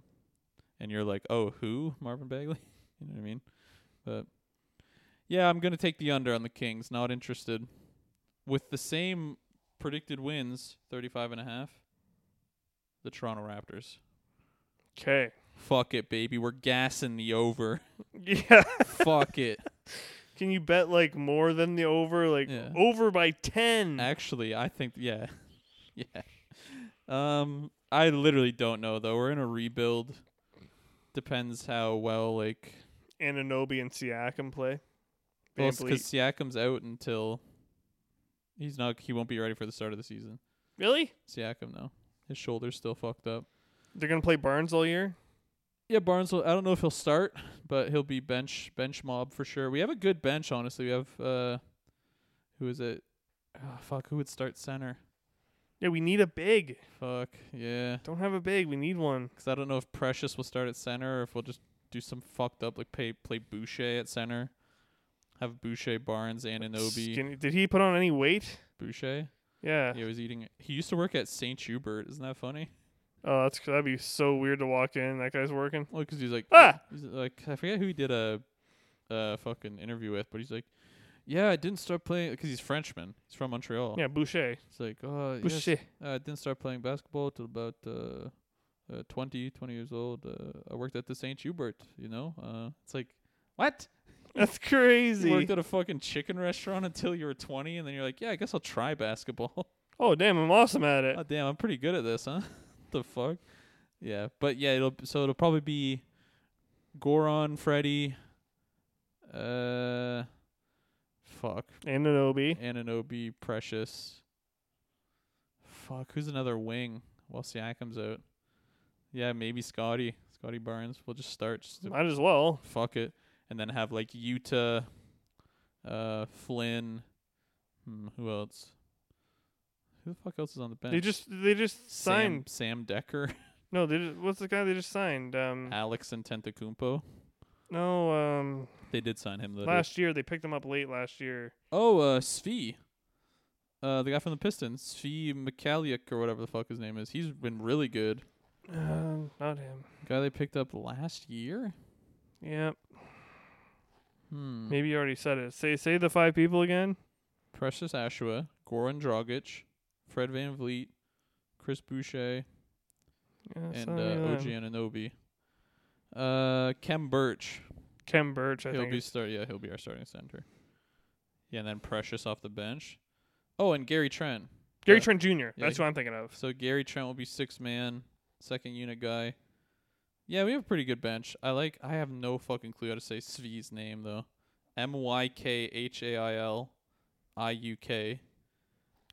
and you're like, oh, who? Marvin Bagley? you know what I mean? But yeah, I'm gonna take the under on the Kings. Not interested. With the same predicted wins, 35 and a half. The Toronto Raptors. Okay. Fuck it, baby. We're gassing the over. Yeah. Fuck it. Can you bet like more than the over? Like Yeah. over by ten. Actually, I think yeah. Yeah. Um I literally don't know though. We're in a rebuild. Depends how well like Ananobi and Siakam play. Well, Van because Vliet. Siakam's out until he's not. He won't be ready for the start of the season. Really? Siakam, no, his shoulder's still fucked up. They're gonna play Barnes all year. Yeah, Barnes. Will, I don't know if he'll start, but he'll be bench bench mob for sure. We have a good bench, Ah, honestly. We have uh, who is it? Oh, fuck, who would start center? Yeah, we need a big. Fuck yeah. Don't have a big. We need one. Because I don't know if Precious will start at center or if we'll just do some fucked up like play play Boucher at center. Have Boucher, Barnes, Ananobi, Skinny- Did he put on any weight? Boucher. Yeah. He was eating. He used to work at St. Hubert. Isn't that funny? Oh, that's that'd be so weird to walk in. That guy's working. Well, because he's like, Ah! he's like I forget who he did a, uh, fucking interview with, but he's like, yeah, I didn't start playing because he's Frenchman. He's from Montreal. Yeah, Boucher. It's like, oh, yes, Boucher. uh, I didn't start playing basketball till about uh, uh, 20, 20 years old. Uh, I worked at the St. Hubert. You know, uh, it's like, what? That's You worked crazy. at a fucking chicken restaurant until you were twenty, and then you're like, yeah, I guess I'll try basketball. Oh damn, I'm awesome at it. oh damn, I'm pretty good at this, huh? the fuck? Yeah, but yeah, it'll so it'll probably be Goron, Freddy, uh, fuck, And an OB. Ananobi, Precious. Fuck, who's another wing while Siakam's out? Yeah, maybe Scotty, Scotty Barnes. We'll just start. Just to Might as well. fuck it, and then have like Utah, uh, Flynn. Hmm, who else? Who the fuck else is on the bench? They just they just Sam, signed. Sam Decker, No, they just, what's the guy they just signed? Um, Alex and Tentacumpo. no. Um, They did sign him though. last year they picked him up late last year. Oh, uh, Svi. Uh, the guy from the Pistons, Svi Mikaliuk or whatever the fuck his name is. He's been really good. Um, not him. Guy they picked up last year. Yeah, Hmm. maybe you already said it. Say say the five people again. Precious Ashua, Goran Dragic, Fred Van Vliet, Chris Boucher, Yeah, and uh, some of them. OG Ananobi. Uh, Kem Birch. Kem Birch. I he'll think. be start. Yeah, he'll be our starting center. Yeah, and then Precious off the bench. Oh, and Gary Trent. Gary yeah. Trent Jr. That's he- who I'm thinking of. So Gary Trent will be six man, second unit guy. Yeah, we have a pretty good bench. I like. I have no fucking clue how to say Svi's name though. M Y K H A I L, I U K.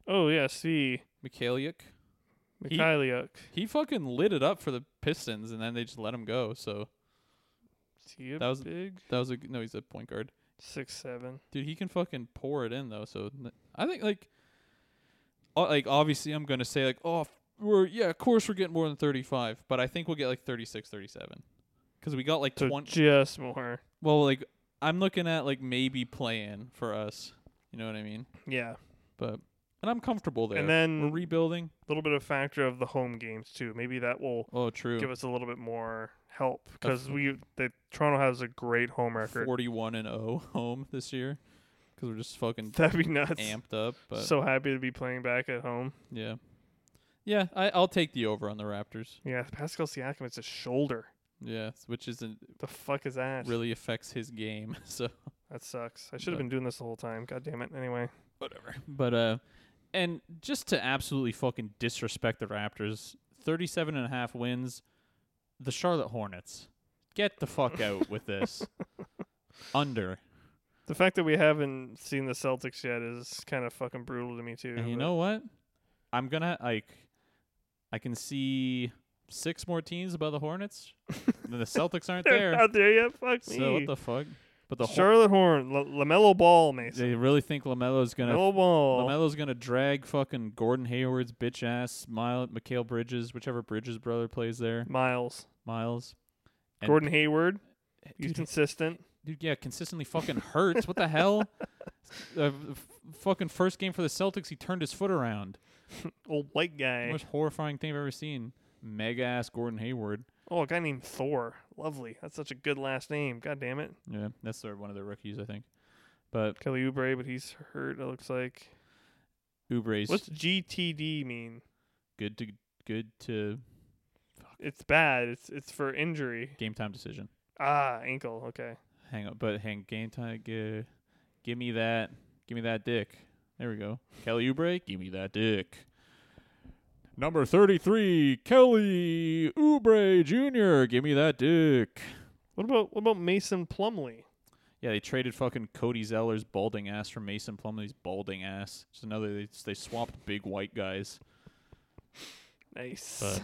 Oh yeah, see Mikhailiuk. He- Mikhailiuk. He fucking lit it up for the Pistons, and then they just let him go. So Is he a that was- big that was a no. He's a point guard. six seven. dude he can fucking pour it in though so n- i think like o- like obviously i'm gonna say like oh f- we're yeah of course we're getting more than 35 but i think we'll get like 36 37 because we got like So 20 just more. well like i'm looking at like maybe playing for us you know what i mean Yeah, but and i'm comfortable there and we're then a rebuilding little bit of factor of the home games too. Maybe that will oh true give us a little bit more help because Definitely. we the Toronto has a great home record. 41 and 0 home this year because we're just fucking That'd be nuts. amped up but So happy to be playing back at home. yeah yeah I, i'll take the over on the raptors Yeah, Pascal Siakam, it's his shoulder. yeah which isn't The fuck is that? really affects his game. So That sucks. I should have But- been doing this the whole time. God damn it. Anyway, whatever. But uh and just to absolutely fucking disrespect the Raptors, 37 and a half wins the Charlotte Hornets. Get the fuck out with this. Under. the fact that we haven't seen the Celtics yet is kind of fucking brutal to me too. And you but- know what? I'm going to like I can see six more teams above the Hornets. and the Celtics aren't they're there. not there yet. Fuck me. So what the fuck? But the Hor- Charlotte Horn, L- Lamelo Ball, Mason. they really think LaMelo's going to Lamelo Ball. LaMelo's going to drag fucking Gordon Hayward's bitch ass, Miles, Mikhail Bridges, whichever Bridges brother plays there, Miles. Miles. And- Gordon Hayward. He's Dude, consistent. dude, yeah, consistently fucking hurts. What the hell? Uh, f- fucking first game for the Celtics, he turned his foot around. Old white guy. Most horrifying thing I've ever seen. Mega ass Gordon Hayward. Oh, a guy named Thor. Lovely. That's such a good last name. God damn it. Yeah, that's their, one of their rookies, I think. But Kelly Oubre, but he's hurt. It looks like. Ubre's What's GTD mean? good to good to It's bad. It's it's for injury. game time decision. Ah, ankle. Okay. Hang on, but hang game time. Give, give me that. Give me that dick. There we go. Kelly Oubre, give me that dick. Number thirty-three, Kelly Oubre Jr. Give me that dick. What about what about Mason Plumley? Yeah, they traded fucking Cody Zeller's balding ass for Mason Plumlee's balding ass. It's another. They, they swapped big white guys. Nice. But-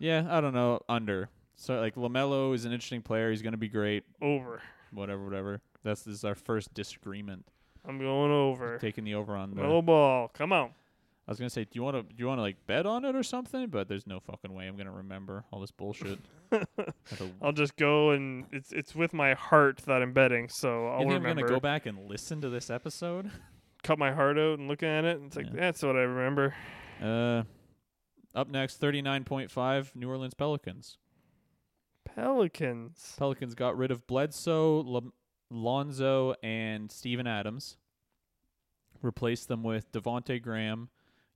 Yeah, I don't know. Under. So like Lamelo is an interesting player. He's gonna be great. over. Whatever, whatever. That's this is our first disagreement. I'm going over. Taking the over on the No ball. Come on. I was gonna say, do you want to do you want to like bet on it or something? But there's no fucking way I'm gonna remember all this bullshit. Had to- I'll just go and it's it's with my heart that I'm betting, so I'll you think I'm remember. gonna go back and listen to this episode? Cut my heart out and look at it, and it's like Yeah. that's what I remember. Uh, up next, 39.5 New Orleans Pelicans. Pelicans. Pelicans got rid of Bledsoe, Lom- Lonzo, and Steven Adams. Replaced them with Devonte Graham,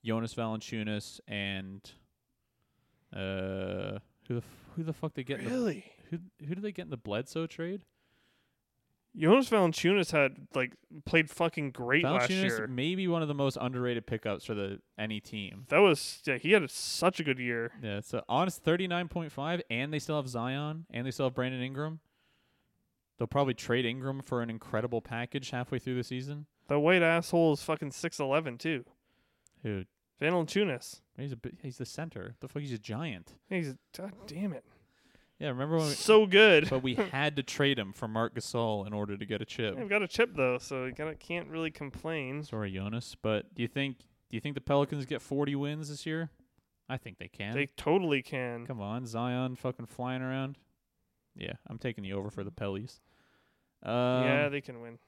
Jonas Valanciunas, and uh, who the f- who the fuck they get? In Really? the, who who did they get in the Bledsoe trade? Jonas Valanciunas had like played fucking great last Valanciunas year. maybe one of the most underrated pickups for the any team. That was yeah, he had such a good year. Yeah, so honest, thirty nine point five, and they still have Zion, and they still have Brandon Ingram. They'll probably trade Ingram for an incredible package halfway through the season. That white asshole is fucking six eleven too. Dude, Valanciunas. he's a bi- he's the center. The fuck, he's a giant. He's god damn it. Yeah, remember when? We, So good. but we had to trade him for Mark Gasol in order to get a chip. I've got a chip though, so you gotta, can't really complain. Sorry, Jonas, but do you think do you think the Pelicans get forty wins this year? I think they can. They totally can. Come on, Zion, fucking flying around. Yeah, I'm taking the over for the Pellies. Um, yeah, they can win.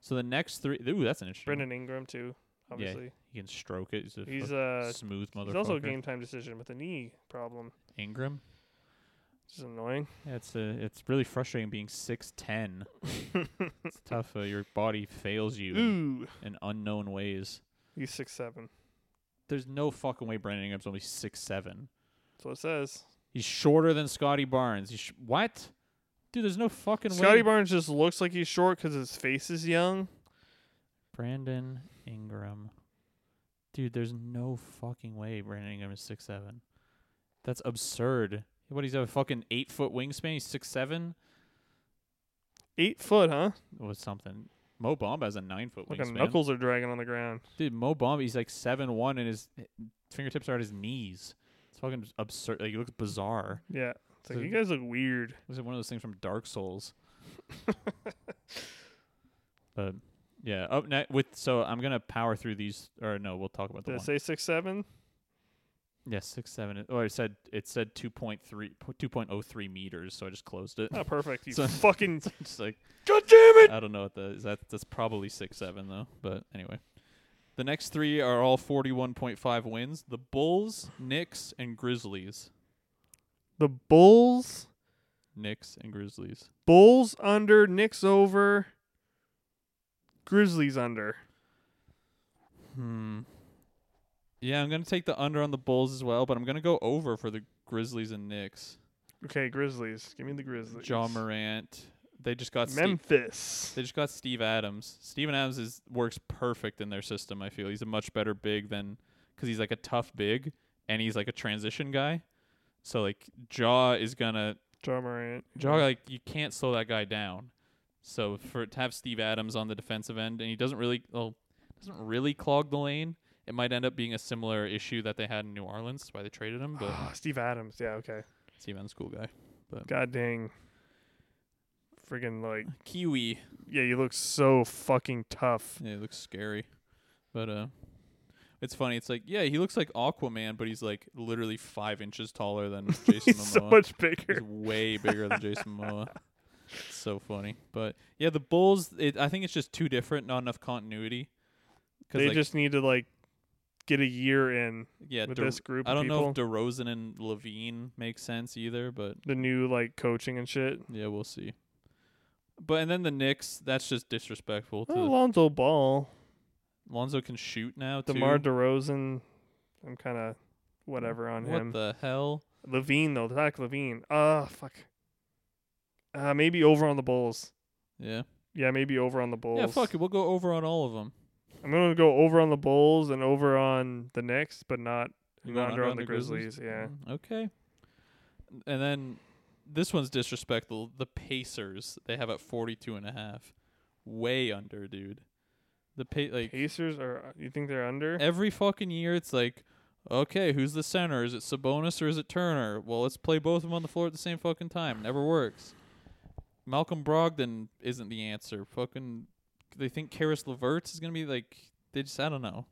So the next three, ooh, that's an interesting. one. Brendan Ingram too, obviously. He can stroke it. He's a he's fucking uh smooth motherfucker. he's also a game time decision with a knee problem. Ingram. Which is annoying. Yeah, it's uh, it's really frustrating being six ten. it's tough. Uh, your body fails you in, Ooh. in unknown ways. He's six seven. There's no fucking way Brandon Ingram's only six seven. That's what it says. He's shorter than Scotty Barnes. He's sh- what? Dude, there's no fucking Scotty way. Barnes just looks like he's short because his face is young. Brandon Ingram. Dude, there's no fucking way Brandon Ingram is six seven. That's absurd. What he's a fucking eight foot wingspan. He's six seven. Eight foot, huh? was something. Mo Bamba has a nine foot Like his wingspan. knuckles are dragging on the ground. Dude, Mo Bamba, he's like seven one, and his fingertips are at his knees. It's fucking absurd. Like, he looks bizarre. Yeah. It's like So- you guys look weird. Looks like one of those things from Dark Souls. but yeah, up next with so I'm gonna power through these. Or no, we'll talk about the Did I one. say six seven? yeah, six seven. Oh, it said it said 2.3, 2.03 meters. So I just closed it. Oh, perfect. You So- fucking just like God damn it! I don't know what that is. That that's probably six seven though. But anyway, the next three are all forty one point five wins: the Bulls, Knicks, and Grizzlies. The Bulls Knicks and Grizzlies. Bulls under, Knicks over, Grizzlies under. Hmm. Yeah, I'm gonna take the under on the Bulls as well, but I'm gonna go over for the Grizzlies and Knicks. Okay, Grizzlies. Give me the Grizzlies. John Morant. They just got Steve- Memphis. They just got Steve Adams. Steven Adams is works perfect in their system. I feel he's a much better big than because he's like a tough big and he's like a transition guy. So like Jaw is gonna John Morant. Jaw like you can't slow that guy down. So for to have Steve Adams on the defensive end and he doesn't really well doesn't really clog the lane. It might end up being a similar issue that they had in New Orleans. That's why they traded him. But Ah, Steve Adams. Yeah, okay. Steve Adams, cool guy. God dang. Friggin' like, Kiwi. yeah, you look so fucking tough. Yeah, he looks scary. But uh it's funny. It's like, yeah, he looks like Aquaman, but he's like literally five inches taller than Jason He's Momoa. so much he's bigger. way bigger than Jason Momoa. It's so funny. But yeah, the Bulls. It, I think it's just too different. Not enough continuity. Because They like, just need to like get a year in yeah, with De- this group I of don't people. know if DeRozan and Levine make sense either, but the new like coaching and shit. yeah, we'll see. But and then the Knicks. That's just disrespectful. To Oh, Lonzo Ball, Lonzo can shoot now. too. DeMar DeRozan. I'm kind of whatever on what him. the hell? Levine though, Zach Levine. Ah, fuck. Uh, maybe over on the Bulls. Yeah. Yeah, maybe over on the Bulls. Yeah, fuck it. We'll go over on all of them. I'm gonna go over on the Bulls and over on the Knicks, but not not under on the Grizzlies. Yeah, Mm, Okay. And then this one's disrespectful. The Pacers they have at forty-two and a half, way under, dude. The pa- like Pacers are. You think they're under? every fucking year, it's like, okay, who's the center? Is it Sabonis or is it Turner? Well, let's play both of them on the floor at the same fucking time. Never works. Malcolm Brogdon isn't the answer. Fucking, they think Karis LeVert is gonna be like. They just I don't know.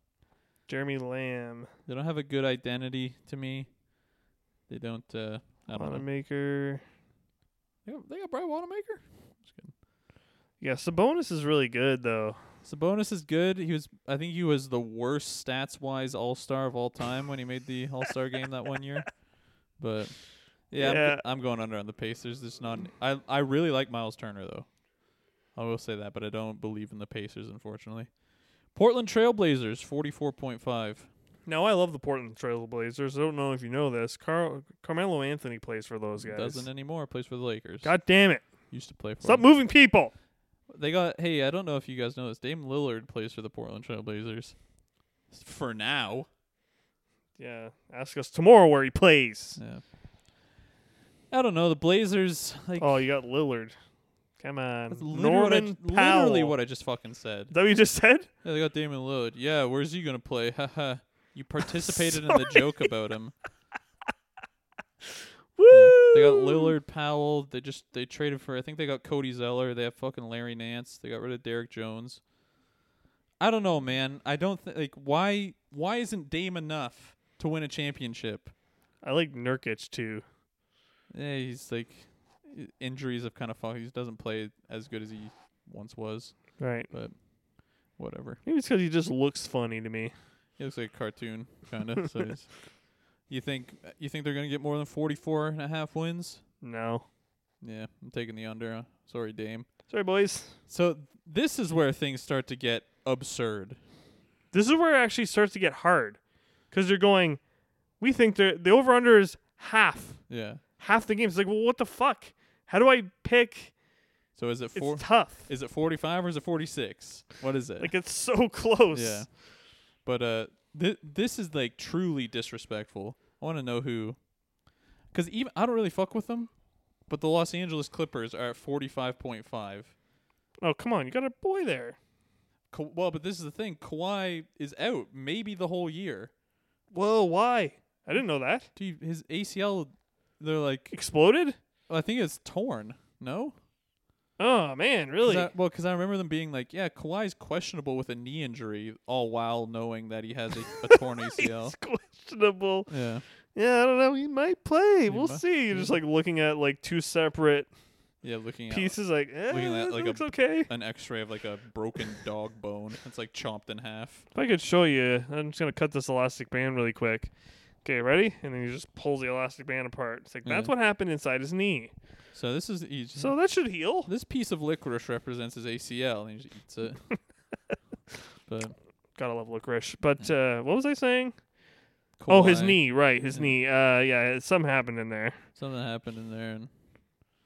Jeremy Lamb, They don't have a good identity to me. They don't. Uh, I don't know. Wanamaker. They got, they got Brian Wanamaker. Just kidding. Yeah, Sabonis is really good though. Sabonis is good. He was. I think he was the worst stats wise All Star of all time when he made the All Star game that one year. But yeah, I'm, Yeah. go- I'm going under on the Pacers. There's not. I I really like Miles Turner though. I will say that, but I don't believe in the Pacers unfortunately. Portland Trailblazers forty four point five. Now I love the Portland Trail Blazers. I don't know if you know this. Car- Carmelo Anthony plays for those guys. Doesn't anymore. Plays for the Lakers. God damn it! Used to play for. Stop them. moving people. They got hey, I don't know if you guys know this. Dame Lillard plays for the Portland Trailblazers. For now. Yeah, ask us tomorrow where he plays. Yeah. I don't know. The Blazers like Oh, you got Lillard. Come on, that's literally, what I Norman ju- Powell. literally what I just fucking said. Is that what you just said? Yeah, they got Damon Lillard. Yeah, where's he gonna play? Haha. you participated in the joke about him. Woo! Yeah. They got Lillard, Powell. They just they traded for. I think they got Cody Zeller. They have fucking Larry Nance. They got rid of Derek Jones. I don't know, man. I don't think like why why isn't Dame enough to win a championship? I like Nurkic too. Yeah, he's like i- injuries have kind of fucked. He doesn't play as good as he once was, Right. but whatever. Maybe it's because he just looks funny to me. He looks like a cartoon kind of. so he's- you think you think they're gonna get more than forty-four and a half wins? No. Yeah, I'm taking the under. uh, Sorry, Dame. Sorry, boys. So this is where things start to get absurd. This is where it actually starts to get hard, because they're going. We think they're, the over under is half, Yeah. half the games. It's like, well, what the fuck? How do I pick? So is it It's four? tough. Is it forty-five or is it forty-six? What is it? Like it's so close. Yeah. But uh th- this is like truly disrespectful. I want to know who cuz even I don't really fuck with them, but the Los Angeles Clippers are at 45.5. Oh come on, you got a boy there. Ka- well, but this is the thing. Kawhi is out maybe the whole year. Whoa, why? I didn't know that. Dude, his ACL they're like Exploded? I think it's torn. No? Oh man, 'Cause really? I- well, cuz I remember them being like, yeah, Kawhi's questionable with a knee injury all while knowing that he has a, a torn ACL. It's questionable. Yeah. Yeah, I don't know. He might play. we'll might- see. You're just like looking at like two separate Yeah, looking at pieces. Like, eh, Looking at, that like, a- looks okay. an x-ray of like a broken dog bone. It's like chomped in half. If I could show you, I'm just gonna cut this elastic band really quick. Okay, ready? And then he just pulls the elastic band apart. It's like that's Yeah. what happened inside his knee. So this is he just- So that should heal. this piece of licorice represents his ACL and he just eats it. but Gotta love licorice. But uh, what was I saying? Oh, his Kawhi, knee. Right, his Yeah. knee. Uh, yeah, something happened in there. Something happened in there and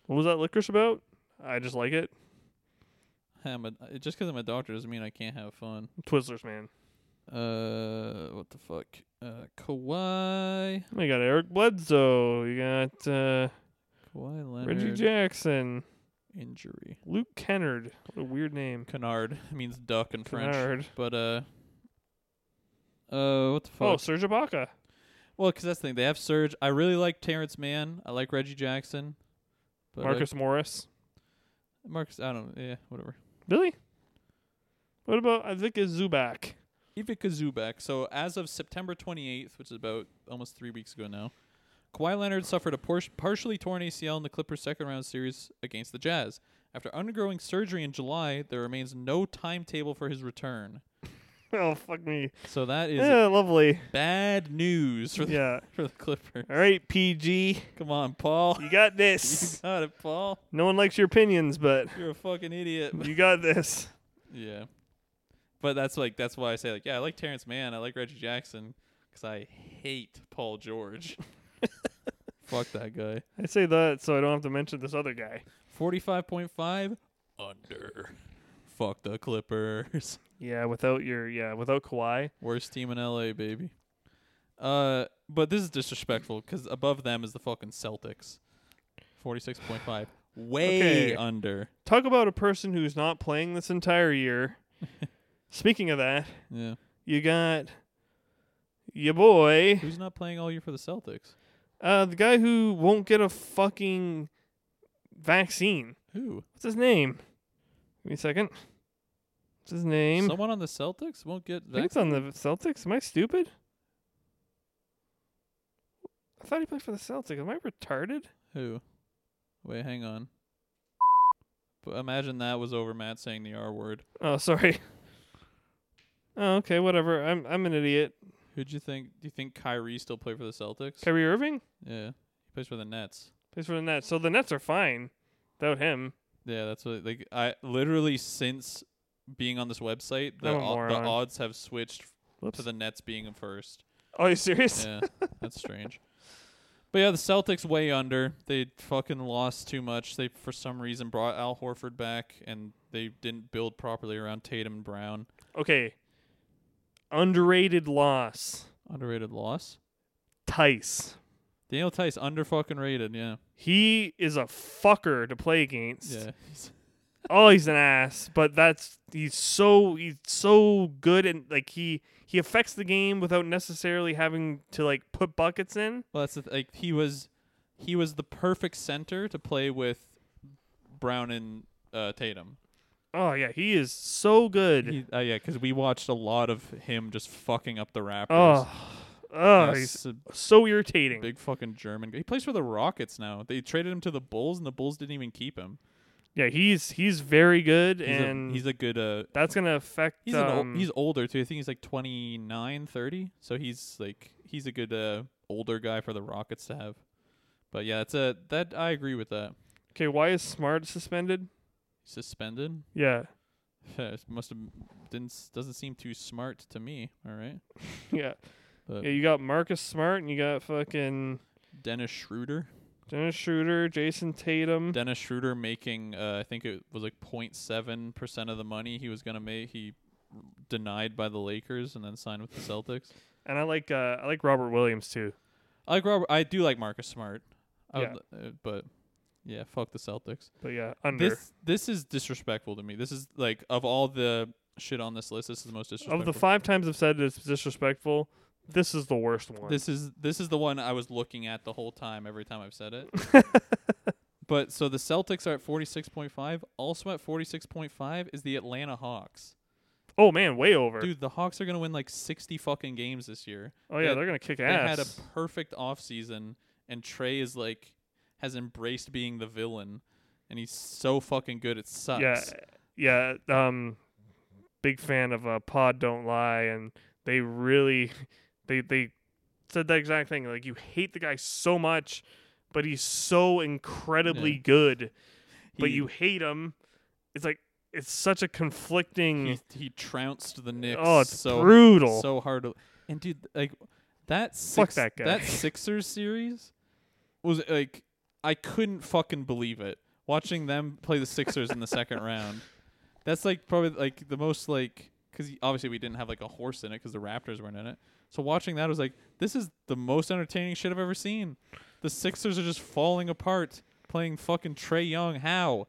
What was that licorice about? I just like it. I'm a, uh, just because I'm a doctor doesn't mean I can't have fun. Twizzlers, man. Uh, what the fuck? Uh, Kawhi, We got Eric Bledsoe. You got uh, Kawhi Leonard Reggie Jackson, injury. Luke Kennard. What a weird name. Canard means duck in French. Kennard. But uh, uh, what the fuck? Oh, Serge Ibaka. Well, 'cause that's the thing. They have Surge. I really like Terrence Mann. I like Reggie Jackson. But uh, like, Marcus Morris. Marcus, I don't. Yeah, whatever. Really? What about Ivica Zubac? Ivica Zubak. So as of September 28th, which is about almost three weeks ago now, Kawhi Leonard suffered a por- partially torn ACL in the Clippers' second round series against the Jazz. After undergoing surgery in July, there remains no timetable for his return. Oh, fuck me. So that is Yeah, lovely. bad news for the, Yeah. for the Clippers. All right, PG. Come on, Paul. You got You this. got it, Paul. No one likes your opinions, but You're a fucking idiot. you got this. Yeah, but that's like that's why I say like yeah, I like Terrence Mann, I like Reggie Jackson, 'cause I hate Paul George. Fuck that guy. I say that so I don't have to mention this other guy. Forty-five point five under. Fuck the Clippers. Yeah, without your yeah, without Kawhi. Worst team in LA, baby. Uh, but this is disrespectful 'cause above them is the fucking Celtics. Forty-six point five. Way Okay. under. Talk about a person who's not playing this entire year. Speaking of that, Yeah. you got your boy, Who's not playing all year for the Celtics? uh, the guy who won't get a fucking vaccine. Who? What's his name? Give me a second. What's his name? Someone on the Celtics won't get I think that. it's on the Celtics. Am I stupid? I thought he played for the Celtics. Am I retarded? Who? Wait, hang on. But imagine that was over Matt saying the R word. Oh, sorry. Oh, okay, whatever. I'm I'm an idiot. Who'd you think? Do you think Kyrie still play for the Celtics? Kyrie Irving yeah, he plays for the Nets. plays for the Nets, so the Nets are fine without him. Yeah, that's what like I literally since being on this website, the I'm a o- the moron. odds have switched Whoops. to the Nets being in first. Oh, Are you serious? Yeah, that's strange. But yeah, the Celtics way under. They fucking lost too much. They for some reason brought Al Horford back and they didn't build properly around Tatum and Brown. Okay. Underrated loss. Underrated loss. Tice. Daniel Tice under fucking rated, yeah. He is a fucker to play against. Yeah. he's- oh he's an ass but that's he's so he's so good and like he he affects the game without necessarily having to like put buckets in Well, that's the th- like he was he was the perfect center to play with Brown and uh, Tatum. oh yeah he is so good He, uh, yeah, cuz we watched a lot of him just fucking up the Raptors. oh oh he's That's a so irritating big fucking German guy. He plays for the Rockets now. They traded him to the Bulls and the Bulls didn't even keep him. yeah he's he's very good He's and a, he's a good uh that's gonna affect he's an um, ol- he's older too. I think he's like 29, 30. So he's like he's a good uh older guy for the Rockets to have. But yeah, it's a that I agree with that. okay why is smart suspended Suspended? yeah It must have didn't s- doesn't seem too smart to me, all right? yeah But- yeah you got marcus smart and you got fucking Dennis Schroeder. dennis schroeder jason tatum Dennis Schroeder making uh, I think it was like 07 percent of the money he was gonna make. He denied by the Lakers and then signed with the Celtics. and i like uh i like robert williams too I like Robert. I do like Marcus Smart. I Yeah. would, uh, but yeah, fuck the Celtics. but yeah under This this is disrespectful to me. This is like of all the shit on this list, this is the most disrespectful. of the five times I've said it's disrespectful, this is the worst one. This is this is the one I was looking at the whole time every time I've said it. but so the Celtics are at 46.5. Also at 46.5 is the Atlanta Hawks. oh man, way over. Dude, the Hawks are going to win like 60 fucking games this year. oh yeah, they- they're gonna kick They had ass. a perfect offseason and Trey is like has embraced being the villain and he's so fucking good it sucks. yeah, yeah. Um, big fan of uh, Pod Don't Lie, and they really, they they said that exact thing. Like you hate the guy so much, but he's so incredibly Yeah. good, but He- you hate him. It's like it's such a conflicting. he, he trounced the Knicks Oh, it's so brutal. so hard. To, and dude, like that Fuck six, that guy. Sixers series was like I couldn't fucking believe it watching them play the Sixers in the second round. That's like probably like the most like because obviously we didn't have like a horse in it because the Raptors weren't in it. So watching that was like this is the most entertaining shit I've ever seen. The Sixers are just falling apart playing fucking Trey Young. How?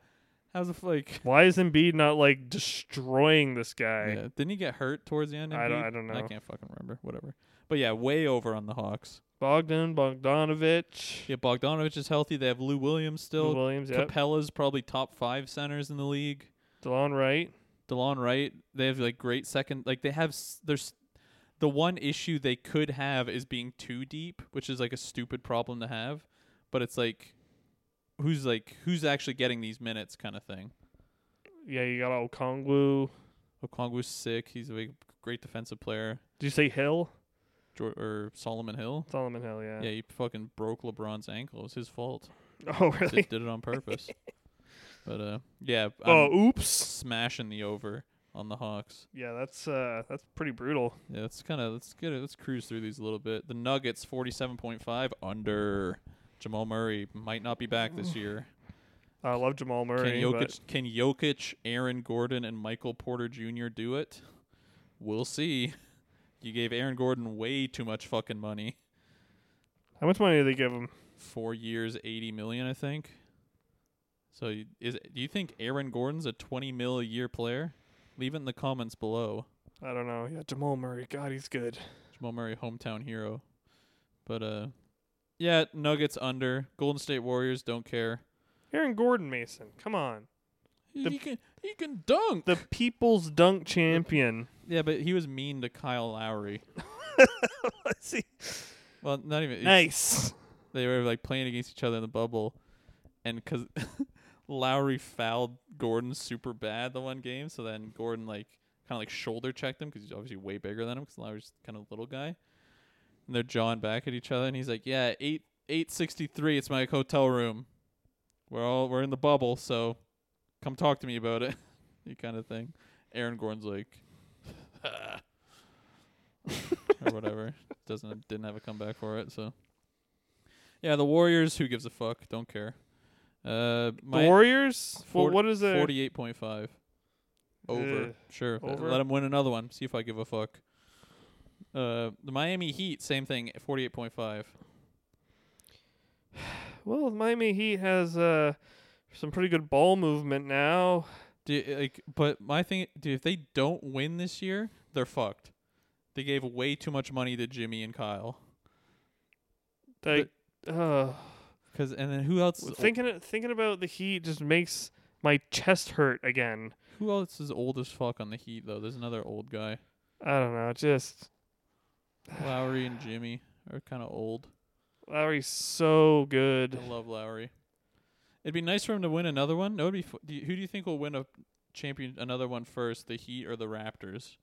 How's it like? Why is Embiid not like destroying this guy? Yeah. Didn't he get hurt towards the end? I don't- Embiid? I don't I know. can't fucking remember. Whatever. But yeah, way over on the Hawks. Bogdan Bogdanovich. Yeah, Bogdanovich is healthy. They have Lou Williams still. Williams, yep. Capella's probably top five centers in the league. DeLon Wright. DeLon Wright. They have like great second. Like they have. s- There's the one issue they could have is being too deep, which is like a stupid problem to have. But it's like, who's like who's actually getting these minutes kind of thing. Yeah, you got Okongwu. Okongwu's sick. He's a big, great defensive player. Did you say Hill? Jor- or Solomon Hill. Solomon Hill, yeah. Yeah, he fucking broke LeBron's ankle. It was his fault. Oh, Did- really? Did, it on purpose. but uh, yeah, I'm Oh, oops. smashing the over on the Hawks. Yeah, that's uh that's pretty brutal. Yeah, let's kind of let's get it. Let's cruise through these a little bit. The Nuggets, forty-seven point five under. Jamal Murray might not be back this year. I love Jamal Murray. can Jokic, can Jokic, Aaron Gordon, and Michael Porter Jr. do it? We'll see. You gave Aaron Gordon way too much fucking money. but- How much money do they give him? four years, eighty million, I think. So y- is do you think Aaron Gordon's a twenty mil a year player? Leave it in the comments below. I don't know. Yeah, Jamal Murray. God, he's good. Jamal Murray, hometown hero. But uh, yeah, Nuggets under. Golden State Warriors don't care. Aaron Gordon Mason. Come on. The- he can he can dunk. The people's dunk champion. yeah, but he was mean to Kyle Lowry. Let's see. Well, not even. Nice. They were like playing against each other in the bubble, and because Lowry fouled Gordon super bad the one game, so then Gordon like kind of like shoulder checked him because he's obviously way bigger than him because Lowry's kind of little guy, and they're jawing back at each other, and he's like, "Yeah, eight eight sixty three. It's my hotel room. We're all we're in the bubble, so come talk to me about it." you kind of thing. Aaron Gordon's like. or whatever doesn't didn't have a comeback for it so yeah, the Warriors. Who gives a fuck? Don't care. Uh, the my Warriors. Well, forty- what is it? forty-eight point five over. Ugh. sure, Over? let them win another one. See if I give a fuck. Uh, the Miami Heat, same thing, forty-eight point five. Well, Miami Heat has uh, some pretty good ball movement now. Do like, but my thing, dude, if they don't win this year, they're fucked. They gave way too much money to Jimmy and Kyle. Like, uh, Cause and then who else? Is thinking thinking about the Heat just makes my chest hurt again. ol- who else is old as fuck on the Heat though? There's another old guy. I don't know. Just Lowry and Jimmy are kind of old. Lowry's so good. I love Lowry. It'd be nice for him to win another one. No, it'd be. F- do you, who do you think will win a champion another one first, the Heat or the Raptors?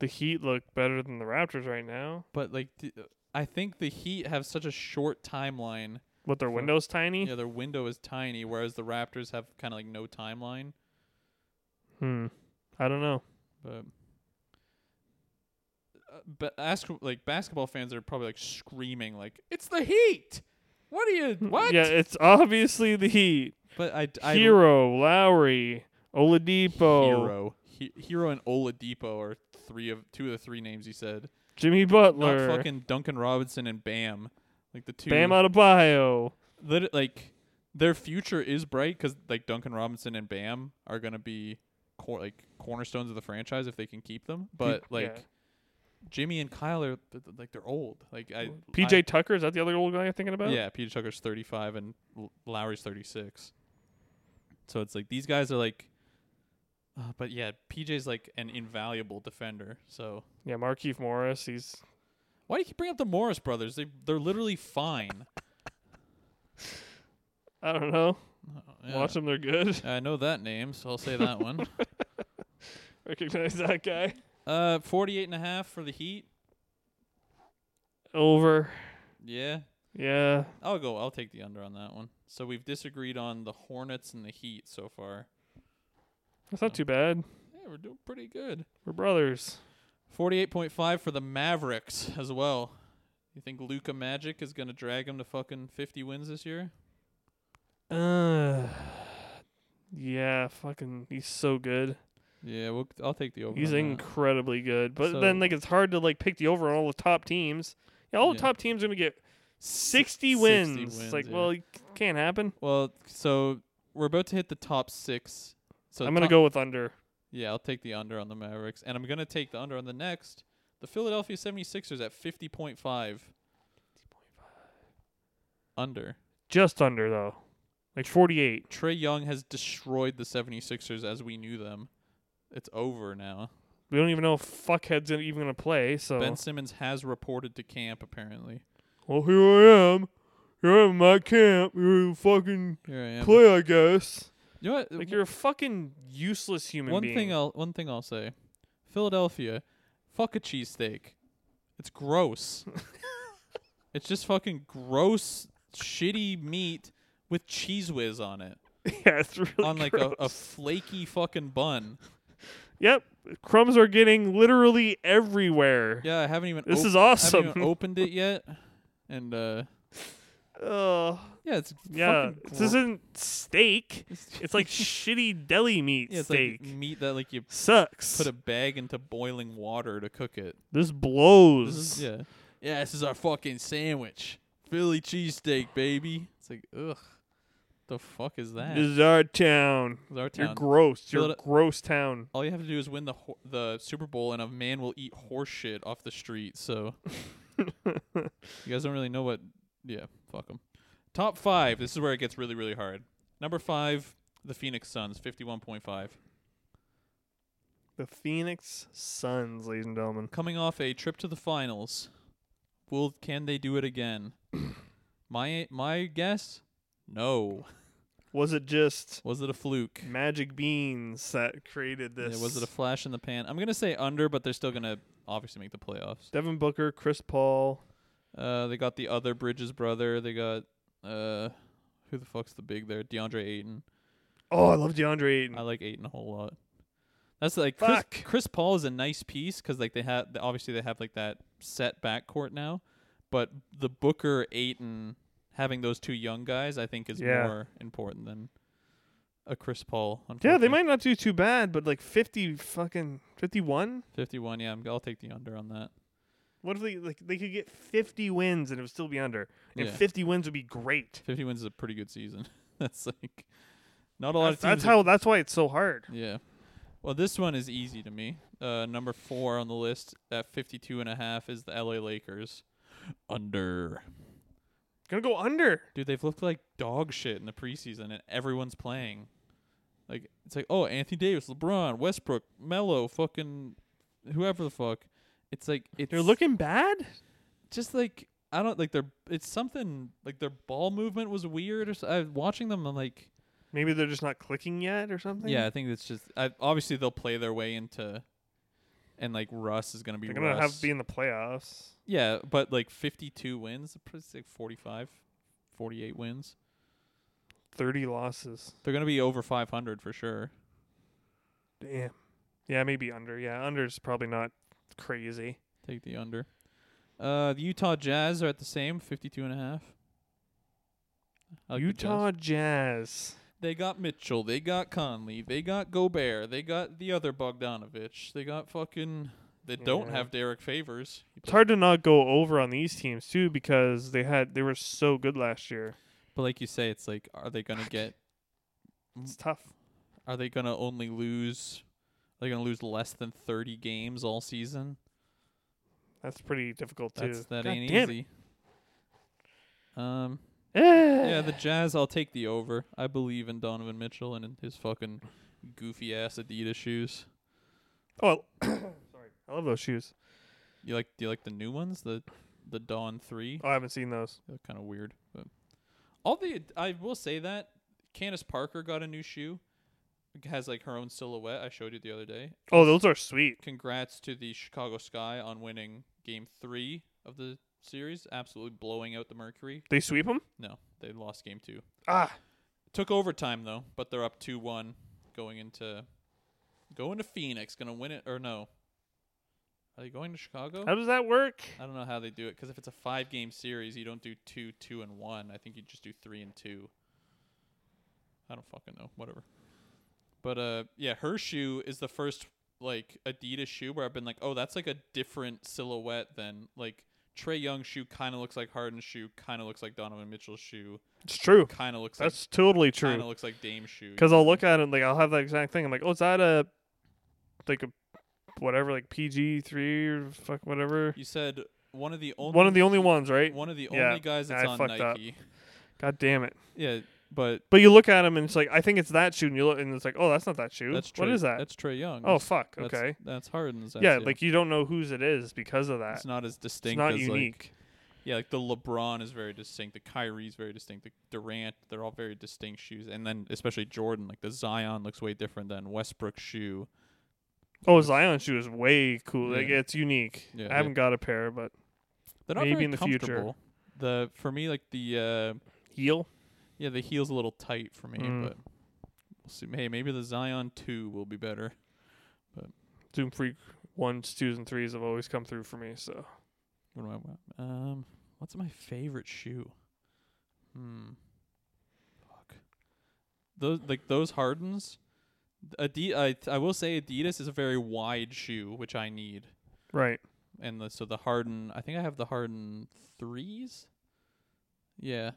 The Heat look better than the Raptors right now. But like, d- I think the Heat have such a short timeline. With their For- windows tiny. Yeah, their window is tiny, whereas the Raptors have kind of like no timeline. Hmm. I don't know. But uh, but ask like basketball fans are probably like screaming like it's the Heat. What are you? What? Yeah, it's obviously the Heat. But I I Hero, Lowry, Oladipo, Hero. He- Hero and Oladipo are three of two of the three names he said. Jimmy Not Butler, fucking Duncan Robinson and Bam. Like the two Bam Adebayo. lit- like their future is bright cuz like Duncan Robinson and Bam are going to be cor- like cornerstones of the franchise if they can keep them. But like yeah. Jimmy and Kyle are th- th- like they're old. Like I PJ Tucker is that the other old guy you're thinking I, about? Yeah, PJ Tucker's 35 and L- Lowry's 36. So it's like these guys are like uh, but yeah, PJ's like an invaluable defender. So yeah. Markeith Morris. He's why do you keep bringing up the Morris brothers? They they're literally fine. I don't know. Uh, Yeah. Watch them. They're good. I know that name, so I'll say that one. Recognize that guy. Uh, 48 and a half for the Heat. Over. Yeah, Yeah. I'll go. I'll take the under on that one. So we've disagreed on the Hornets and the Heat so far. That's not too bad. Yeah, we're doing pretty good. We're brothers. 48.5 for the Mavericks as well. You think Luca Magic is going to drag them to fucking 50 wins this year? Uh. Yeah. Fucking. He's so good. Oh, Yeah, we'll, I'll take the over. He's on that. incredibly good. But So- then like it's hard to like pick the over on all the top teams. Yeah, all the Yeah. top teams are gonna get sixty 60 wins. wins, like, yeah. well, it can't happen. Well, so we're about to hit the top six. So I'm gonna top- go with under. Yeah, I'll take the under on the Mavericks. And I'm going to take the under on the next. The Philadelphia 76ers at 50.5. Under. Just under though. Like forty eight. Trey Young has destroyed the 76ers as we knew them. It's over now. We don't even know if fuckhead's gonna, even gonna play. So Ben Simmons has reported to camp, apparently. well, here I am. Here I am. in My camp. You're fucking Here I am. play, I guess. you know what? Like you're a fucking useless human one being. thing I'll one thing I'll say. Philadelphia, fuck a cheesesteak. It's gross. it's just fucking gross, shitty meat with cheese whiz on it. yeah, it's really on like gross. a, a flaky fucking bun. Yep, crumbs are getting literally everywhere. Yeah, I haven't even. This op- is I awesome. haven't even opened it yet, and uh, Ugh. yeah, it's yeah, fucking this gro- isn't steak. It's like shitty deli meat yeah, it's steak. like meat that like you Sucks. put a bag into boiling water to cook it. this This blows. is yeah, yeah. This is our fucking sandwich, Philly cheesesteak, baby. It's like ugh, the fuck is that? This is our town. It's our You're town. gross. You're a Philada- gross town. All you have to do is win the ho- the Super Bowl, and a man will eat horse shit off the street. So you guys don't really know what. Yeah, fuck 'em. Top five. This is where it gets really, really hard. Number five, The Phoenix Suns, fifty-one point five, The Phoenix Suns, ladies and gentlemen. coming off a trip to the finals. Will can they do it again? my my guess, no. Was it just Was it a fluke? magic beans that created Yeah, this? was it a flash in the pan? I'm gonna say under, but they're still gonna obviously make the playoffs. Devin Booker, Chris Paul? Uh, they got the other Bridges brother. They got uh, who the fuck's the big there? DeAndre Ayton. Oh, I love DeAndre Ayton. I like Ayton a whole lot. That's like Chris, Fuck. Chris Paul is a nice piece because like they have obviously they have like that set backcourt now, but the Booker Ayton having those two young guys I think is Yeah. more important than a Chris Paul. Yeah, they unfortunately. might not do too bad, but like 50 fucking 51? 51. Yeah, I'm, I'll take the under on that. What if they like they could get 50 wins and it would still be under? And Yeah. 50 wins would be great. 50 wins is a pretty good season. that's like not a lot of That's- teams. that's how that's why it's so hard. Yeah. Well, this one is easy to me. Uh, number four on the list at fifty-two and a half is the LA Lakers. Under. Going to go under. Dude, they've looked like dog shit in the preseason and everyone's playing. Like, it's like, oh, Anthony Davis, LeBron, Westbrook, Melo, fucking whoever the fuck. It's like, it's They're looking bad? just like, I don't like their, it's something like their ball movement was weird or so. I, watching them, I'm like, Maybe they're just not clicking yet or something. Yeah, I think it's just I, obviously they'll play their way into, and like Russ is gonna be They're going to have Russ. to be in the playoffs. yeah, but like fifty-two wins, it's like 45, 48 wins. 30 losses. They're gonna be over five hundred for sure. Damn. Yeah, maybe under. Yeah, under's probably not crazy. Take the under. Uh, the Utah Jazz are at the same fifty-two and a half. I like the Jazz. Utah Jazz. They got Mitchell. They got Conley. They got Gobert. They got the other Bogdanovich. They got fucking. They don't Yeah. have Derek Favors. He It's plays- hard to not go over on these teams too because they had they were so good last year. But like you say, it's like, are they gonna get It's tough. Are they gonna only lose? Are they gonna lose less than thirty games all season? That's pretty difficult too. That's that God ain't damn it. easy. Um, Eh. yeah, the Jazz. I'll take the over. I believe in Donovan Mitchell and in his fucking goofy ass Adidas shoes. Oh, sorry. I love those shoes. You like? Do you like the new ones? The the Dawn Three. Oh, I haven't seen those. They're kind of weird, but all the I will say that Candace Parker got a new shoe. It has like her own silhouette. I showed you the other day. Oh, those are sweet. congrats to the Chicago Sky on winning game three of the series, absolutely blowing out the Mercury. They sweep them. No, they lost game two. Ah, Took overtime though, but they're up two one going into going to Phoenix, gonna win it or no. Are they going to Chicago? how does that work? I don't know how they do it because if it's a five game series, you don't do two, two, and one. I think you just do three and two. I don't fucking know. Whatever. But uh, yeah, her shoe is the first like Adidas shoe where I've been like, oh, that's like a different silhouette than like Trey Young's shoe. Kind of looks like Harden's shoe. Kind of looks like Donovan Mitchell's shoe. It's true. Kind of looks That's totally like kind of true. looks like Dame's shoe. Because I'll look at it like I'll have that exact thing. I'm like, oh, is that a like a whatever like PG three or fuck whatever. you said one of the only One of the only ones, right? one of the Yeah, only guys that's I on fucked up. Nike. God damn it. Yeah, but But you look at him and it's like, I think it's that shoe, and you look and it's like, oh, that's not that shoe. that's Trey, what is that? That's Trey Young. oh fuck. That's- Okay. That's Harden's. That's yeah, it. like you don't know whose it is because of that. it's not as distinct. It's not as Like, unique. yeah, like the LeBron is very distinct. The Kyrie's very distinct. The Durant, they're all very distinct shoes. And then especially Jordan, like the Zion looks way different than Westbrook's shoe. oh, Zion shoe is way cool. Like Yeah. it's unique. Yeah, I haven't got a pair, but They're not Maybe very in the future. comfortable. The for me, like the uh, heel. yeah, the heel's a little tight for me, Mm. but we'll see. Hey, maybe the Zion two will be better. Zoom Freak ones, twos, and threes have always come through for me. So What am I? Um, what's my favorite shoe? Hmm. Fuck. Those like those Hardens. Adi- I I will say Adidas is a very wide shoe, which I need, right, and the, so the Harden. I think I have the Harden threes. Yeah,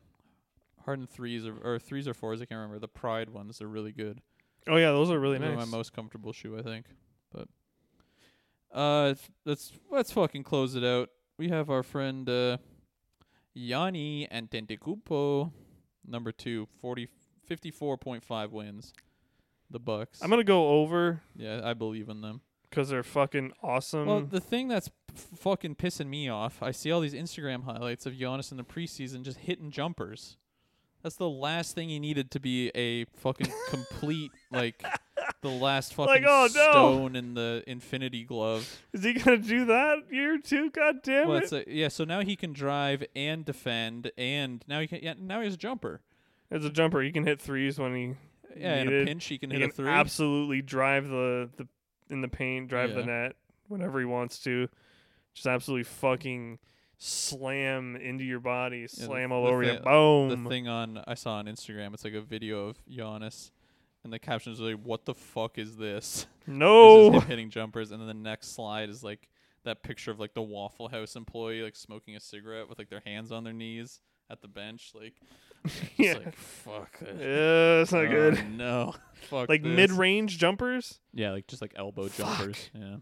Harden threes or, or threes or fours. I can't remember. The Pride ones are really good. oh yeah, those are really Those are nice. my most comfortable shoe, I think. But uh, f- let's let's fucking close it out. We have our friend uh, Yanni Antetokounmpo, number two, 40, 54.5 wins. The Bucks. I'm gonna go over yeah, I believe in them. because they're fucking awesome. Well, the thing that's f- fucking pissing me off, I see all these Instagram highlights of Giannis in the preseason just hitting jumpers. That's the last thing he needed to be a fucking complete like the last fucking Like, oh, no. stone in the infinity glove. Is he gonna do that year two? God damn Well, it! it's a, yeah, so now he can drive and defend and now he can yeah, now he has a jumper. As a jumper, he can hit threes when he Yeah, in a Needed. pinch he can he hit can a three. absolutely drive the, the in the paint, drive the Yeah. net whenever he wants to. Just absolutely fucking slam into your body, the- slam all the over you. thi- Boom. the thing on I saw on Instagram, it's like a video of Giannis and the caption is like, What the fuck is this? It's just no. him hitting jumpers, and then the next slide is like that picture of like the Waffle House employee like smoking a cigarette with like their hands on their knees at the bench, like it's Yeah. like fuck, this. yeah, it's not Oh, good. No, fuck, Like this. mid range jumpers? yeah, like just like elbow Fuck. jumpers, yeah.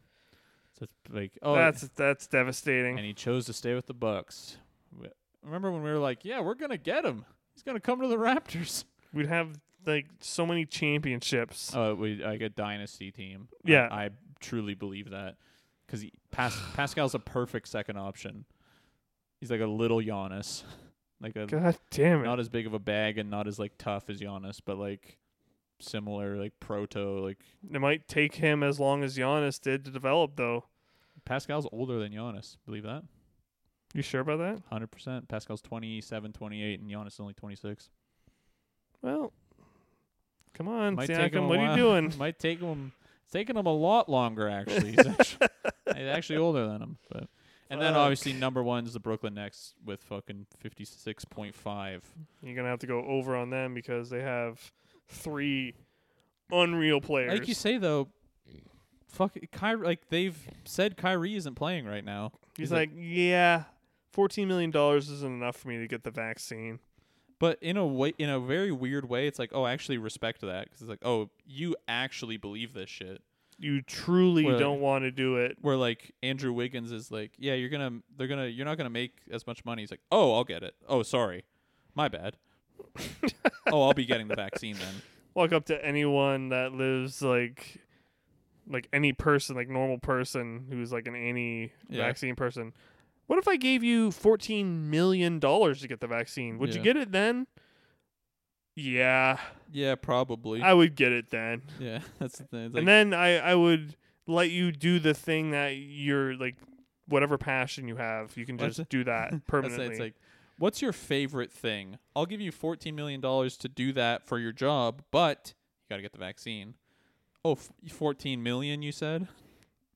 So it's like oh, that's that's devastating. and he chose to stay with the Bucks. W- Remember when we were like, yeah, we're gonna get him. He's gonna come to the Raptors. We'd have like so many championships. Oh, we like a dynasty team. I- Yeah. I, truly believe that because Pas- Pascal's a perfect second option. He's like a little Giannis, like a God damn it. not as big of a bag and not as like tough as Giannis, but like similar, like proto. Like it might take him as long as Giannis did to develop though. Pascal's older than Giannis. Believe that, You sure about that? hundred percent. Pascal's 27, 28, and Giannis is only twenty six. Well, come on, Might take him Siakam. a What are while. you doing? Might take him. It's taking him a lot longer, actually. He's actually, he's actually older than him. But and then obviously number one is the Brooklyn Nets with fucking fifty six point five. You're gonna have to go over on them because they have three unreal players. Like you say though, fuck Kyrie. Like they've said, Kyrie isn't playing right now. He's, he's like, yeah, fourteen million dollars isn't enough for me to get the vaccine. But in a way, in a very weird way, it's like, oh, I actually respect that because it's like, oh, you actually believe this shit. You truly Well- don't want to do it. Where like Andrew Wiggins is like, yeah, you're gonna, they're gonna, you're not gonna make as much money. He's like, oh, I'll get it. Oh, sorry, my bad. oh, I'll be getting the vaccine then. Walk up to anyone that lives like, like any person, like normal person who's like an anti-vaccine person. What if I gave you fourteen million dollars to get the vaccine? Would you Yeah. get it then? Yeah, Yeah, probably. I would get it then. yeah, that's the thing. It's and like, then I, I would let you do the thing that you're like whatever passion you have you can That's just it. do that that's permanently it. it's like, what's your favorite thing? I'll give you fourteen million dollars to do that for your job, but you got to get the vaccine. Oh, f- fourteen million, you said.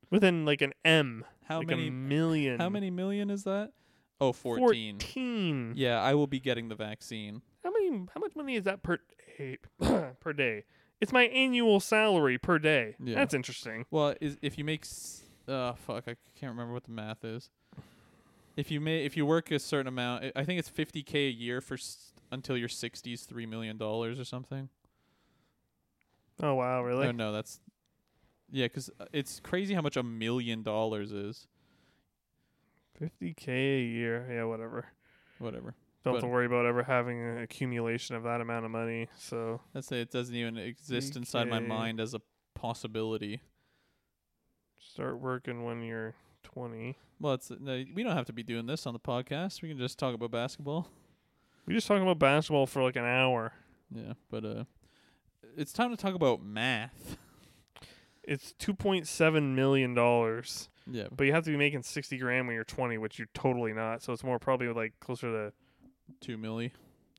within like an m How like many? a million How many million is that? Oh, 14. 14 Yeah, I will be getting the vaccine. how many how much money is that per day per day it's my annual salary per day Yeah. that's interesting Well, is, if you make s- uh fuck, I can't remember what the math is. If you may if you work a certain amount, I- I think it's 50k a year for s- until your 60s, 3 million dollars or something. oh wow really no, no, that's Yeah, cuz it's crazy how much a million dollars is. 50k a year yeah whatever Whatever. don't have But- to worry about ever having an accumulation of that amount of money so Let's say it doesn't even exist inside my 3K. mind as a possibility. start working when you're 20 Well, it's no, we don't have to be doing this on the podcast. We can just talk about basketball. we just talking about basketball for like an hour Yeah, but uh it's time to talk about math. It's two point seven million dollars, Yeah. but you have to be making sixty grand when you're twenty, which you're totally not. So it's more probably like closer to Two milli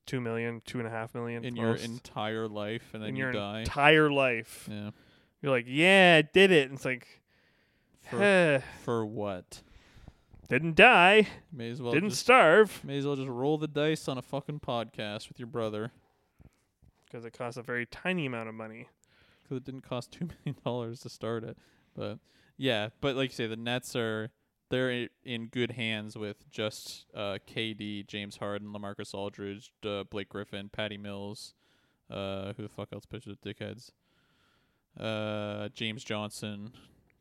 two million, two and a half million in at your most. entire life and then in you your die. entire life. yeah. You're like, yeah, I did it. And it's like, For "Heh, for what? didn't die, May as well didn't just starve, may as well just roll the dice on a fucking podcast with your brother. because it costs a very tiny amount of money. 'Cause it didn't cost two million dollars to start it. But yeah, but like you say, the Nets are they're i- in good hands with just uh, KD, James Harden, Lamarcus Aldridge, uh, Blake Griffin, Patty Mills, uh, who the fuck else pitches with dickheads? Uh, James Johnson,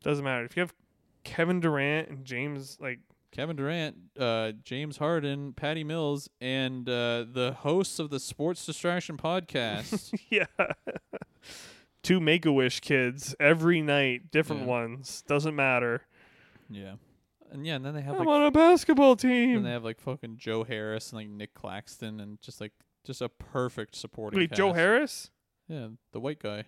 Doesn't matter if you have Kevin Durant and James like Kevin Durant, uh, James Harden, Patty Mills, and uh, the hosts of the Sports Distraction podcast. yeah. Two Make a Wish kids every night, different Yeah. ones. Doesn't matter. yeah, and yeah, and then they have I'm like on a basketball then team. they have like fucking Joe Harris and like Nick Claxton and just like just a perfect supporting. Wait, Joe cast. Harris? Yeah, the white guy.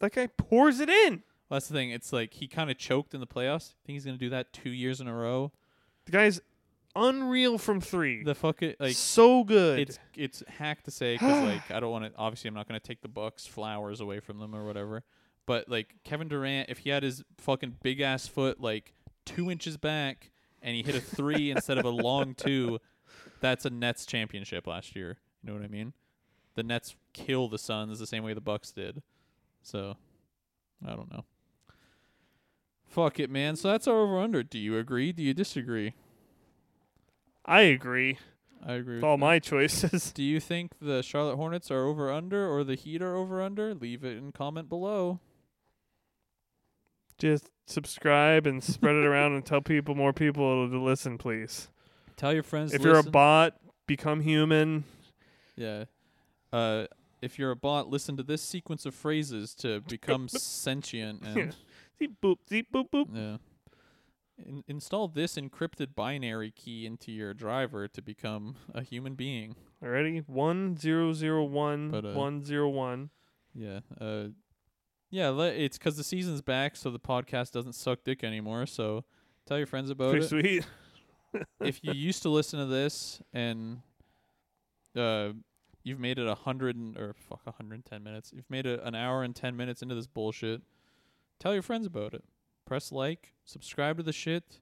That guy pours it in. Well, that's the thing. It's like he kind of choked in the playoffs. think he's gonna do that two years in a row. The guy's unreal from three. The fuck it, like so good. it's it's hack to say because like I don't want to. Obviously, I'm not gonna take the Bucks flowers away from them or whatever. But like Kevin Durant, if he had his fucking big ass foot like two inches back and he hit a three instead of a long two, that's a Nets championship last year. You know what I mean? The Nets kill the Suns the same way the Bucks did. So I don't know. Fuck it, man. So that's our over under. Do you agree? Do you disagree? I agree. I agree. It's With all that. my choices. Do you think the Charlotte Hornets are over under or the Heat are over under? Leave it in comment below. Just subscribe and spread it around and tell people more people to listen, please. Tell your friends. if to you're a listen. bot, become human. yeah. Uh, if you're a bot, listen to this sequence of phrases to become sentient and Zeep boop, zeep boop boop. yeah. In- install this encrypted binary key into your driver to become a human being. Already one zero zero one But, uh, one zero one. Yeah. Uh, yeah. Let, it's because the season's back, so the podcast doesn't suck dick anymore. So tell your friends about Pretty it. sweet. if you used to listen to this and uh, you've made it a hundred and- or fuck a hundred and ten minutes, you've made it an hour and ten minutes into this bullshit. Tell your friends about it. Press like, subscribe to the shit.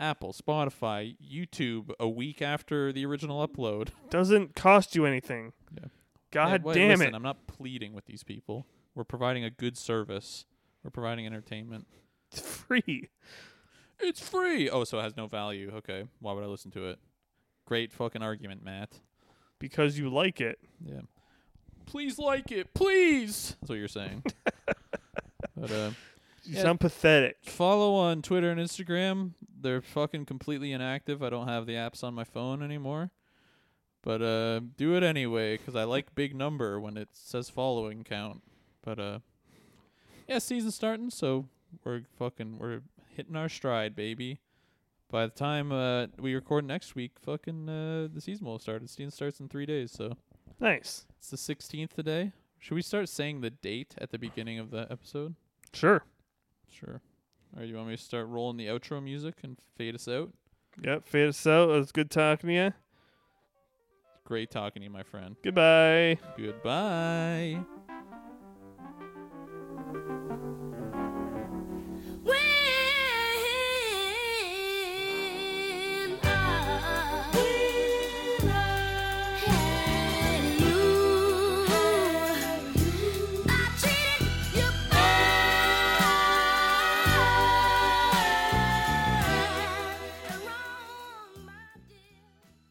Apple, Spotify, YouTube. A week after the original upload. Doesn't cost you anything. Yeah. God Hey, wait, damn listen, it. I'm not pleading with these people. We're providing a good service. We're providing entertainment. It's free. It's free. Oh, so it has no value. Okay, why would I listen to it? Great fucking argument, Matt. Because you like it. Yeah. Please like it, please. That's what you're saying. but uh, You Yeah. sound pathetic. follow on Twitter and Instagram. They're fucking completely inactive. I don't have the apps on my phone anymore. But uh, do it anyway, 'cause I like big number when it says following count. But uh, yeah, season's starting, so we're fucking we're hitting our stride, baby. By the time uh, we record next week, fucking uh, the season will have started. Season starts in three days, so. Nice. It's the 16th today. Should we start saying the date at the beginning of the episode? Sure. Sure. Or you want me to start rolling the outro music and fade us out? Yep. Fade us out. It was good talking to you. Great talking to you, my friend. Goodbye. Goodbye.